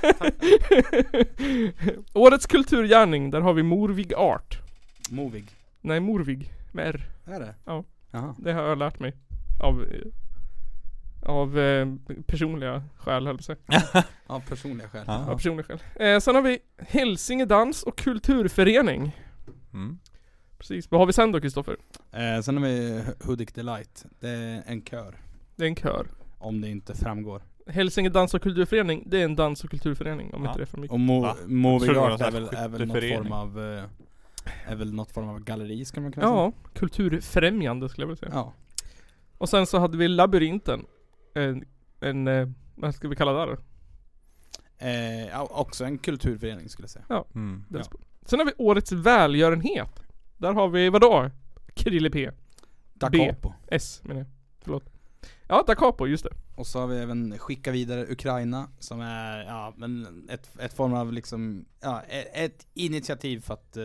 Speaker 2: Årets kulturgärning, där har vi Morvig Art.
Speaker 1: Movig.
Speaker 2: Nej, Morvig med R.
Speaker 1: Är det?
Speaker 2: Ja.
Speaker 1: Jaha.
Speaker 2: Det har jag lärt mig. Av, eh, av eh, personliga skäl höll jag på att säga.
Speaker 1: Ja, personliga skäl.
Speaker 4: Ja.
Speaker 2: Av personliga skäl. Eh, sen har vi Hälsinge dans och kulturförening.
Speaker 4: Mm.
Speaker 2: Precis. Vad har vi sen då Kristoffer?
Speaker 1: Eh, sen har vi Hudik Delight. Det är en kör.
Speaker 2: Det är en kör.
Speaker 1: Om det inte framgår.
Speaker 2: Hälsinge dans och kulturförening, det är en dans och kulturförening om inte det är för mycket.
Speaker 1: Och Mo-
Speaker 4: Va?
Speaker 1: Moving
Speaker 4: Jag trodde
Speaker 1: Art
Speaker 4: det var någon
Speaker 1: är
Speaker 4: sån
Speaker 1: väl,
Speaker 4: här
Speaker 1: är väl någon
Speaker 4: skytteförening.
Speaker 1: form av eh, Är väl något form av galleri skulle man kunna säga?
Speaker 2: Ja, kulturfrämjande skulle jag vilja säga.
Speaker 1: Ja.
Speaker 2: Och sen så hade vi labyrinten. En, en eh, vad ska vi kalla det då?
Speaker 1: Eh, ja, också en kulturförening skulle jag säga.
Speaker 4: Mm.
Speaker 2: Den
Speaker 1: Ja.
Speaker 2: sp- Sen har vi årets välgörenhet. Där har vi vadå? Krille P.
Speaker 1: Da
Speaker 2: B.
Speaker 1: Capo.
Speaker 2: S menar jag. Förlåt. Ja, Da Capo, just det.
Speaker 1: Och så har vi även Skicka vidare Ukraina som är ja, men ett, ett form av liksom ja, e- ett initiativ för att eh,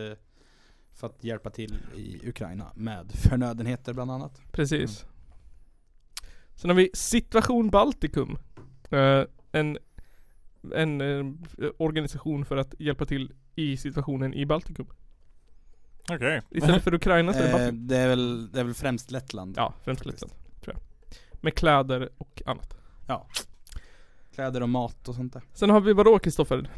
Speaker 1: för att hjälpa till i Ukraina med förnödenheter bland annat.
Speaker 2: Precis. Sen har vi Situation Baltikum. Eh, en en eh, organisation för att hjälpa till i situationen i Baltikum.
Speaker 4: Okej.
Speaker 2: Istället för Ukraina så är det
Speaker 1: Eh,
Speaker 2: Baltikum.
Speaker 1: det, är väl, det är väl främst Lettland.
Speaker 2: Ja, främst Lettland. Tror jag. Med kläder och annat.
Speaker 1: Kläder och mat och sånt där.
Speaker 2: Sen har vi vadå Kristoffer?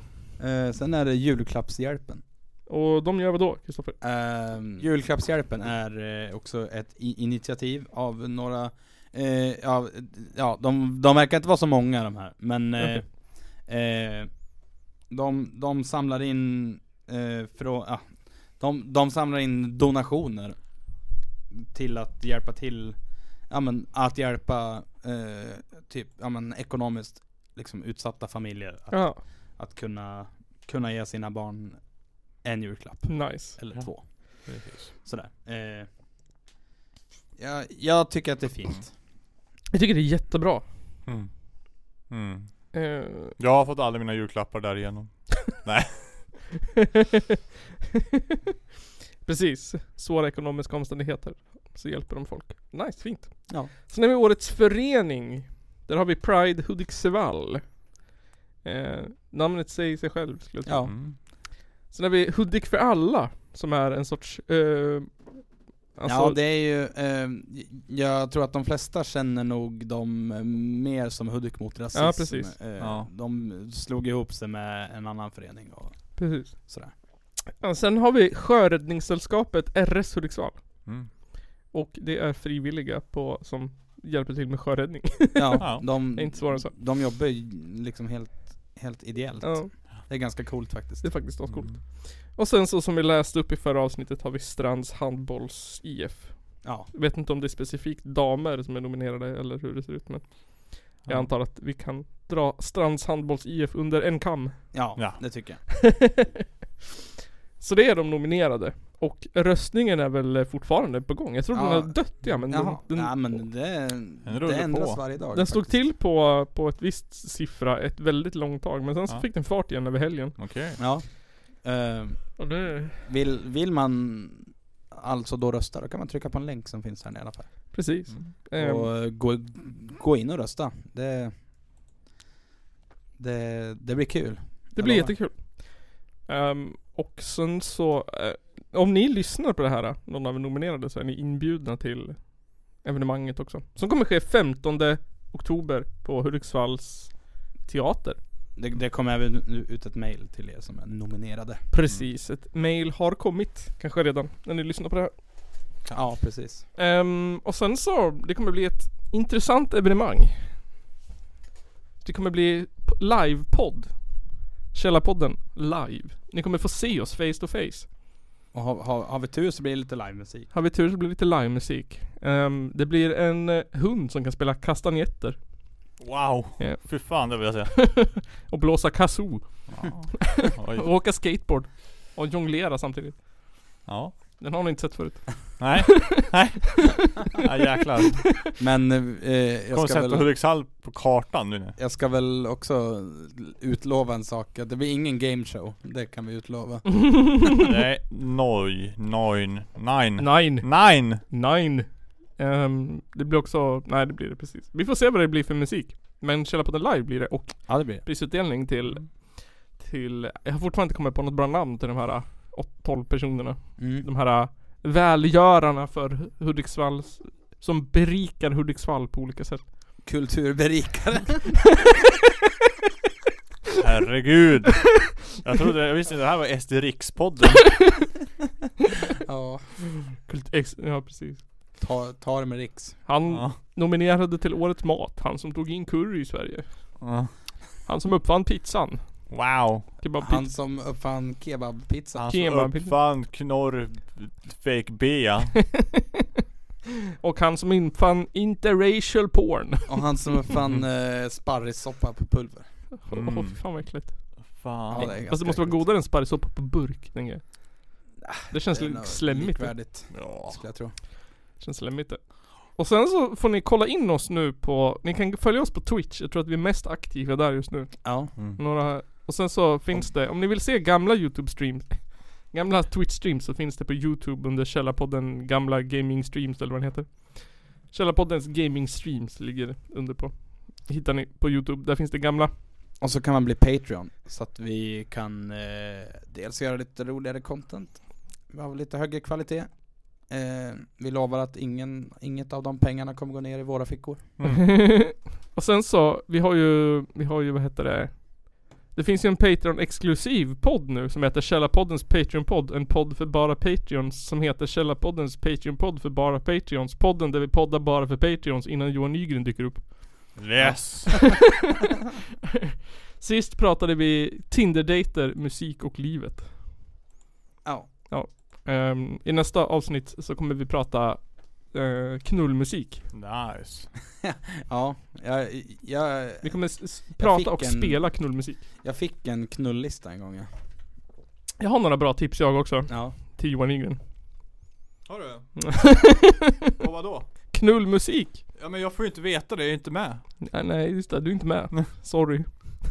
Speaker 1: Eh, sen är det julklappshjälpen.
Speaker 2: Och de gör vadå Kristoffer?
Speaker 1: Ehm, julklappshjälpen är eh, också ett i- initiativ av några, eh, ja, ja de, de verkar inte vara så många de här, men eh, eh, de, de samlar in, eh, frå, ja, de, de samlar in donationer till att hjälpa till ja, men, att hjälpa eh, typ, ja, men, ekonomiskt liksom, utsatta familjer att,
Speaker 2: Ja.
Speaker 1: att kunna, kunna ge sina barn en julklapp.
Speaker 2: Nice.
Speaker 1: Eller
Speaker 2: Ja.
Speaker 1: två.
Speaker 4: Precis.
Speaker 1: Sådär. Eh, jag, jag tycker att det är fint.
Speaker 2: Jag tycker det är jättebra.
Speaker 4: Mm. Mm.
Speaker 2: Eh,
Speaker 4: Jag har fått alla mina julklappar därigenom. Nej.
Speaker 2: Precis. Svåra ekonomiska omständigheter. Så hjälper de folk. Nice, fint.
Speaker 1: Ja.
Speaker 2: Sen har vi årets förening. Där har vi Pride Hudiksvall. Eh, namnet säger sig själv skulle jag tro.
Speaker 1: Ja.
Speaker 4: Mm.
Speaker 2: Sen har vi Hudik för alla. Som är en sorts... Eh, alltså,
Speaker 1: ja det är ju, eh, jag tror att de flesta känner nog dem eh, mer som Hudik mot rasism.
Speaker 2: Ja, precis.
Speaker 1: Eh,
Speaker 2: Ja.
Speaker 1: De slog ihop sig med en annan förening och
Speaker 2: Precis.
Speaker 1: sådär.
Speaker 2: Ja, Sen har vi Sjöräddningssällskapet RS Hudiksvall.
Speaker 4: Mm.
Speaker 2: Och det är frivilliga på, som hjälper till med sjöräddning.
Speaker 1: Ja, de,
Speaker 2: det är inte svårare än så.
Speaker 1: de jobbar ju liksom helt, helt ideellt.
Speaker 2: Ja.
Speaker 1: Det är ganska coolt faktiskt.
Speaker 2: Det är faktiskt ascoolt.
Speaker 4: Mm.
Speaker 2: Och sen så som vi läste upp i förra avsnittet har vi Strands Handbolls IF.
Speaker 1: Ja.
Speaker 2: Jag vet inte om det är specifikt damer som är nominerade eller hur det ser ut men Jag
Speaker 1: Ja.
Speaker 2: antar att vi kan dra Strands Handbolls IF under en kam.
Speaker 1: Ja, det tycker jag.
Speaker 2: Så det är de nominerade. Och röstningen är väl fortfarande på gång. Jag tror den
Speaker 1: Ja.
Speaker 2: har dött ja men den,
Speaker 1: Jaha,
Speaker 2: den,
Speaker 1: ja, men det, det
Speaker 4: rullar
Speaker 1: ändras
Speaker 4: på.
Speaker 1: varje dag. liksom.
Speaker 2: Den slog till på, på ett visst siffra ett väldigt långt tag men sen så
Speaker 1: Ja.
Speaker 2: fick den fart igen över helgen.
Speaker 4: Okej.
Speaker 1: Ja. Eh,
Speaker 2: Och det-
Speaker 1: vill, vill man alltså då rösta, då kan man trycka på en länk som finns här nere i alla fall.
Speaker 2: Precis. Ehm,
Speaker 1: Och eh, gå, gå in och rösta. Det, det, det blir kul.
Speaker 2: Det
Speaker 1: Jag
Speaker 2: blir
Speaker 1: lovar.
Speaker 2: jättekul. Ehm, och sen så, eh, om ni lyssnar på det här, eh, någon av er nominerade, så är ni inbjudna till evenemanget också. Som kommer ske 15 oktober på Hudiksvalls teater.
Speaker 1: Det, det kommer även ut ett mail till er som är nominerade.
Speaker 2: Precis, ett mail har kommit, kanske redan, när ni lyssnar på det här.
Speaker 1: Ja, precis.
Speaker 2: Ehm, och sen så, det kommer bli ett intressant evenemang. Det kommer bli p- livepodd. Källarpodden live. Ni kommer få se oss face to face.
Speaker 1: Och har, har, har vi tur så blir det lite livemusik.
Speaker 2: Har vi tur så blir det lite livemusik. Ehm, det blir en eh, hund som kan spela kastanjetter.
Speaker 4: Wow.
Speaker 2: Ja.
Speaker 4: Fy fan det vill jag säga.
Speaker 2: och blåsa kazoo.
Speaker 4: Oj.
Speaker 2: och åka skateboard. Och jonglera samtidigt.
Speaker 4: Ja.
Speaker 2: Den har ni inte sett förut.
Speaker 4: Nej. Nej. Ja, jäklar.
Speaker 1: Men eh, jag, ska
Speaker 4: Kommer sätta
Speaker 1: väl,
Speaker 4: Hudiksvall på kartan nu. nu.
Speaker 1: jag ska väl också utlova en sak. att Det blir ingen game show. Det kan vi utlova.
Speaker 4: Nej. Noj. Noin. Nine.
Speaker 2: Nine.
Speaker 4: Nine.
Speaker 2: Nine. Ehm, det blir också, nej det blir det precis. Vi får se vad det blir för musik. Men Källarpodden live blir det och
Speaker 1: Ja, det blir det.
Speaker 2: prisutdelning till, till, jag har fortfarande inte kommit på något bra namn till de här eh, åt- 12 personerna.
Speaker 1: Mm.
Speaker 2: De här eh, välgörarna för Hudiksvalls, som berikar Hudiksvall på olika sätt.
Speaker 1: Kulturberikare.
Speaker 4: Herregud. Jag trodde, jag visste inte det här var SD Rikspodden.
Speaker 1: ja.
Speaker 2: Kult- ex- ja precis.
Speaker 1: Ta, ta det med Riks.
Speaker 2: Han
Speaker 4: Ja.
Speaker 2: nominerade till Årets Mat, han som tog in curry i Sverige.
Speaker 4: Ja.
Speaker 2: Han som uppfann pizzan.
Speaker 4: Wow.
Speaker 2: Kebabpizza.
Speaker 1: Han som uppfann kebabpizza.
Speaker 4: Han som
Speaker 2: Kebab.
Speaker 4: uppfann knorr fake bea.
Speaker 2: Och han som uppfann interracial porn.
Speaker 1: Och han som uppfann eh, sparrissoppa på pulver.
Speaker 2: Åh
Speaker 4: Mm.
Speaker 2: fy fan vad äckligt.
Speaker 4: Fan.
Speaker 1: Ja, det är
Speaker 2: Fast det
Speaker 1: ganska
Speaker 2: måste vara
Speaker 1: äckligt. Ah,
Speaker 2: godare än sparrisoppa på burk tänker jag. Det känns
Speaker 1: Det är
Speaker 2: lite
Speaker 1: nog
Speaker 2: slemmigt. Det
Speaker 1: Likvärdigt,
Speaker 4: Ja.
Speaker 1: skulle jag tro.
Speaker 2: känns slemmigt det. Och sen så får ni kolla in oss nu på, ni kan följa oss på Twitch. Jag tror att vi är mest aktiva där just nu.
Speaker 1: Ja.
Speaker 2: Några, och sen så finns det, om ni vill se gamla youtube streams Gamla twitch streams så finns det på youtube under Källarpodden gamla gaming streams eller vad den heter Källarpoddens gaming streams ligger det under på Hittar ni på youtube, där finns det gamla
Speaker 1: Och så kan man bli Patreon, så att vi kan eh, dels göra lite roligare content, vi har väl lite högre kvalitet. Eh, vi lovar att ingen, inget av de pengarna kommer gå ner i våra fickor.
Speaker 2: Och sen så, vi har ju, vi har ju vad heter det Det finns ju en Patreon exklusiv podd nu som heter Källarpoddens Patreon-podd En podd för bara Patreons som heter Källarpoddens Patreon-podd för bara Patreons Podden där vi poddar bara för Patreons innan Johan Nygren dyker upp
Speaker 4: Yes.
Speaker 2: Sist pratade vi Tinder-dater, musik och livet.
Speaker 1: Ja.
Speaker 2: Ehm, I nästa avsnitt så kommer vi prata eh, knullmusik.
Speaker 4: Nice.
Speaker 1: ja, jag, jag
Speaker 2: Vi kommer s- s-
Speaker 1: jag
Speaker 2: prata
Speaker 1: fick
Speaker 2: och spela knullmusik.
Speaker 1: Jag fick en knulllista en gång ja.
Speaker 2: Jag har några bra tips jag också.
Speaker 1: Ja.
Speaker 2: Till Johan Nygren.
Speaker 4: Har du?
Speaker 2: Och
Speaker 4: vadå?
Speaker 2: Knullmusik!
Speaker 4: Ja men jag får ju inte veta det, jag är inte med.
Speaker 2: Nej, nej just det, du är inte med. Sorry.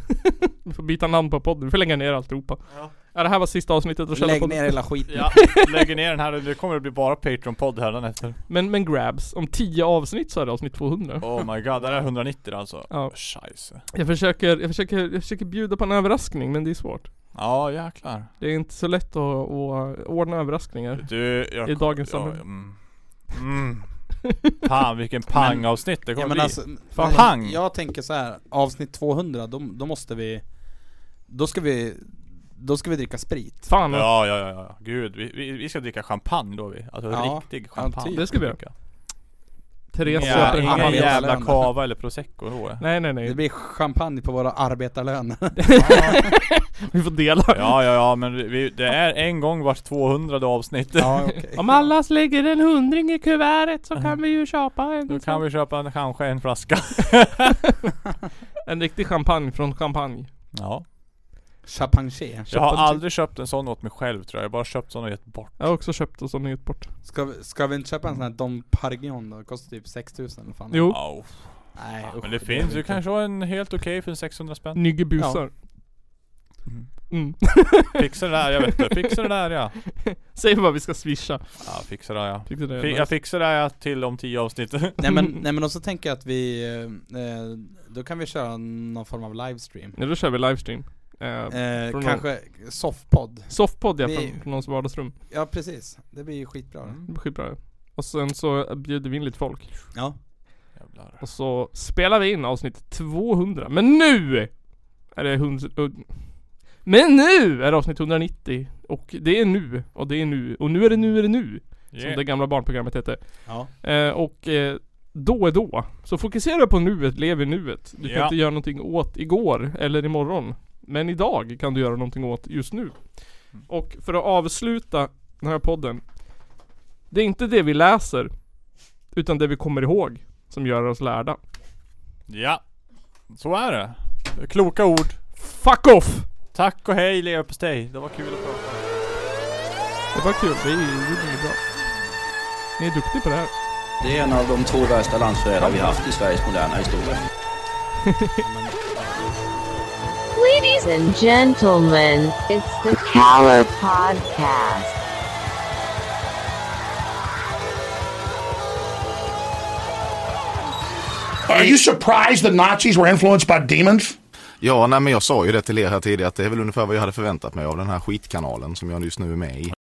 Speaker 2: du får byta namn på podden, du får lägga ner alltihopa.
Speaker 4: Ja.
Speaker 2: Ja. det här var sista avsnittet av Källarpodden.
Speaker 4: Ja, lägg ner den här, det kommer att bli bara Patreon-podd hädanefter.
Speaker 2: Men, men grabs, om 10 avsnitt så är det avsnitt 200.
Speaker 4: Oh my god, det här är 190 alltså.
Speaker 2: Ja.
Speaker 4: Scheisse.
Speaker 2: Jag försöker, jag försöker, jag försöker bjuda på en överraskning men det är svårt.
Speaker 4: Ja jäklar.
Speaker 2: Det är inte så lätt att, att ordna överraskningar.
Speaker 4: Du, jag
Speaker 2: I dagens
Speaker 4: ja,
Speaker 2: samhälle.
Speaker 4: mm. Mm. Fan vilken pang-avsnitt det kommer
Speaker 1: ja, men
Speaker 4: bli.
Speaker 1: alltså,
Speaker 4: Fan,
Speaker 1: men
Speaker 4: pang!
Speaker 1: Jag tänker så här, avsnitt 200, då, då måste vi Då ska vi Då ska vi dricka sprit
Speaker 2: Fan
Speaker 4: Ja, ja, ja, ja. Gud, vi, vi, vi ska dricka champagne då vi. Alltså riktig
Speaker 1: typ.
Speaker 4: champagne.
Speaker 2: Det ska vi göra. Therese
Speaker 4: Ja,
Speaker 2: köper en
Speaker 4: ingen
Speaker 2: champagne.
Speaker 4: jävla cava eller prosecco då.
Speaker 2: Nej nej nej.
Speaker 1: Det blir champagne på våra arbetarlöner
Speaker 2: Vi får dela.
Speaker 4: Ja, ja, ja, men vi- vi, det är en gång vart 200 avsnitt.
Speaker 1: Ja,
Speaker 2: Om alla lägger en hundring i kuvertet så kan vi ju köpa en.
Speaker 4: Då kan vi köpa en, kanske en flaska.
Speaker 2: En riktig champagne från champagne.
Speaker 4: Ja.
Speaker 1: Champagne
Speaker 4: Jag har aldrig köpt en sån åt mig själv tror jag. Jag har bara köpt sån och gett bort.
Speaker 2: Jag har också köpt och som ni gett bort.
Speaker 1: ska, vi- ska vi inte köpa en sån här Dom Perignon då? Kostar typ 6000 eller fan
Speaker 2: Jo.
Speaker 4: Au.
Speaker 1: Nej
Speaker 4: Ja,
Speaker 1: Äh, usch,
Speaker 4: men det
Speaker 1: är
Speaker 4: finns ju
Speaker 1: inte.
Speaker 4: kanske en helt okej för en 600 spänn.
Speaker 2: Nygge busar. Mm.
Speaker 4: Fixa det där, jag vet inte. Fixa det där ja.
Speaker 2: Säg vad vi ska swisha.
Speaker 4: Ja, fixa det ja.
Speaker 2: Fixa det,
Speaker 4: Fi-
Speaker 2: nice.
Speaker 4: jag fixar det ja till om 10 avsnitt.
Speaker 1: Nej men, nej men och så tänker jag att vi, eh, eh, då kan vi köra någon form av livestream
Speaker 2: Nu då kör vi livestream. Eh,
Speaker 1: Eh,
Speaker 2: från någon-
Speaker 1: kanske soffpodd
Speaker 2: Soffpodd ja,
Speaker 1: Vi-
Speaker 2: från, från någons vardagsrum.
Speaker 1: Ja precis, det blir ju skitbra
Speaker 4: Mm.
Speaker 1: det.
Speaker 2: Det blir skitbra. Och sen så bjuder vi in lite folk.
Speaker 1: Ja.
Speaker 4: Jävlar.
Speaker 2: Och så spelar vi in avsnitt 200. Men nu! Är det 100... Men nu är det avsnitt 190. Och det är nu. Och det är nu. Och nu är det nu är det nu. Som
Speaker 4: Yeah.
Speaker 2: det gamla barnprogrammet hette.
Speaker 1: Ja.
Speaker 2: Eh, och eh, då är då. Så fokusera på nuet, lev i nuet. Du kan
Speaker 4: Ja.
Speaker 2: inte göra någonting åt igår eller imorgon. Men idag kan du göra någonting åt just nu. Och för att avsluta den här podden. Det är inte det vi läser. Utan det vi kommer ihåg. Som gör oss lärda.
Speaker 4: Ja. Så är det. Kloka ord.
Speaker 2: Fuck off!
Speaker 4: Tack och hej leverpastej. Det var kul att prata.
Speaker 2: Det var kul. Det är ju bra. Ni är duktiga på det här.
Speaker 5: Det är en av de två värsta landsförrädare vi haft i Sveriges moderna historia.
Speaker 6: Ladies and gentlemen, it's the Caller Podcast.
Speaker 12: Are you surprised the Nazis were influenced by demons?
Speaker 13: Ja, nej, men jag sa ju det till er här tidigare att det är väl ungefär vad jag hade förväntat mig av den här skitkanalen som jag just nu är med i.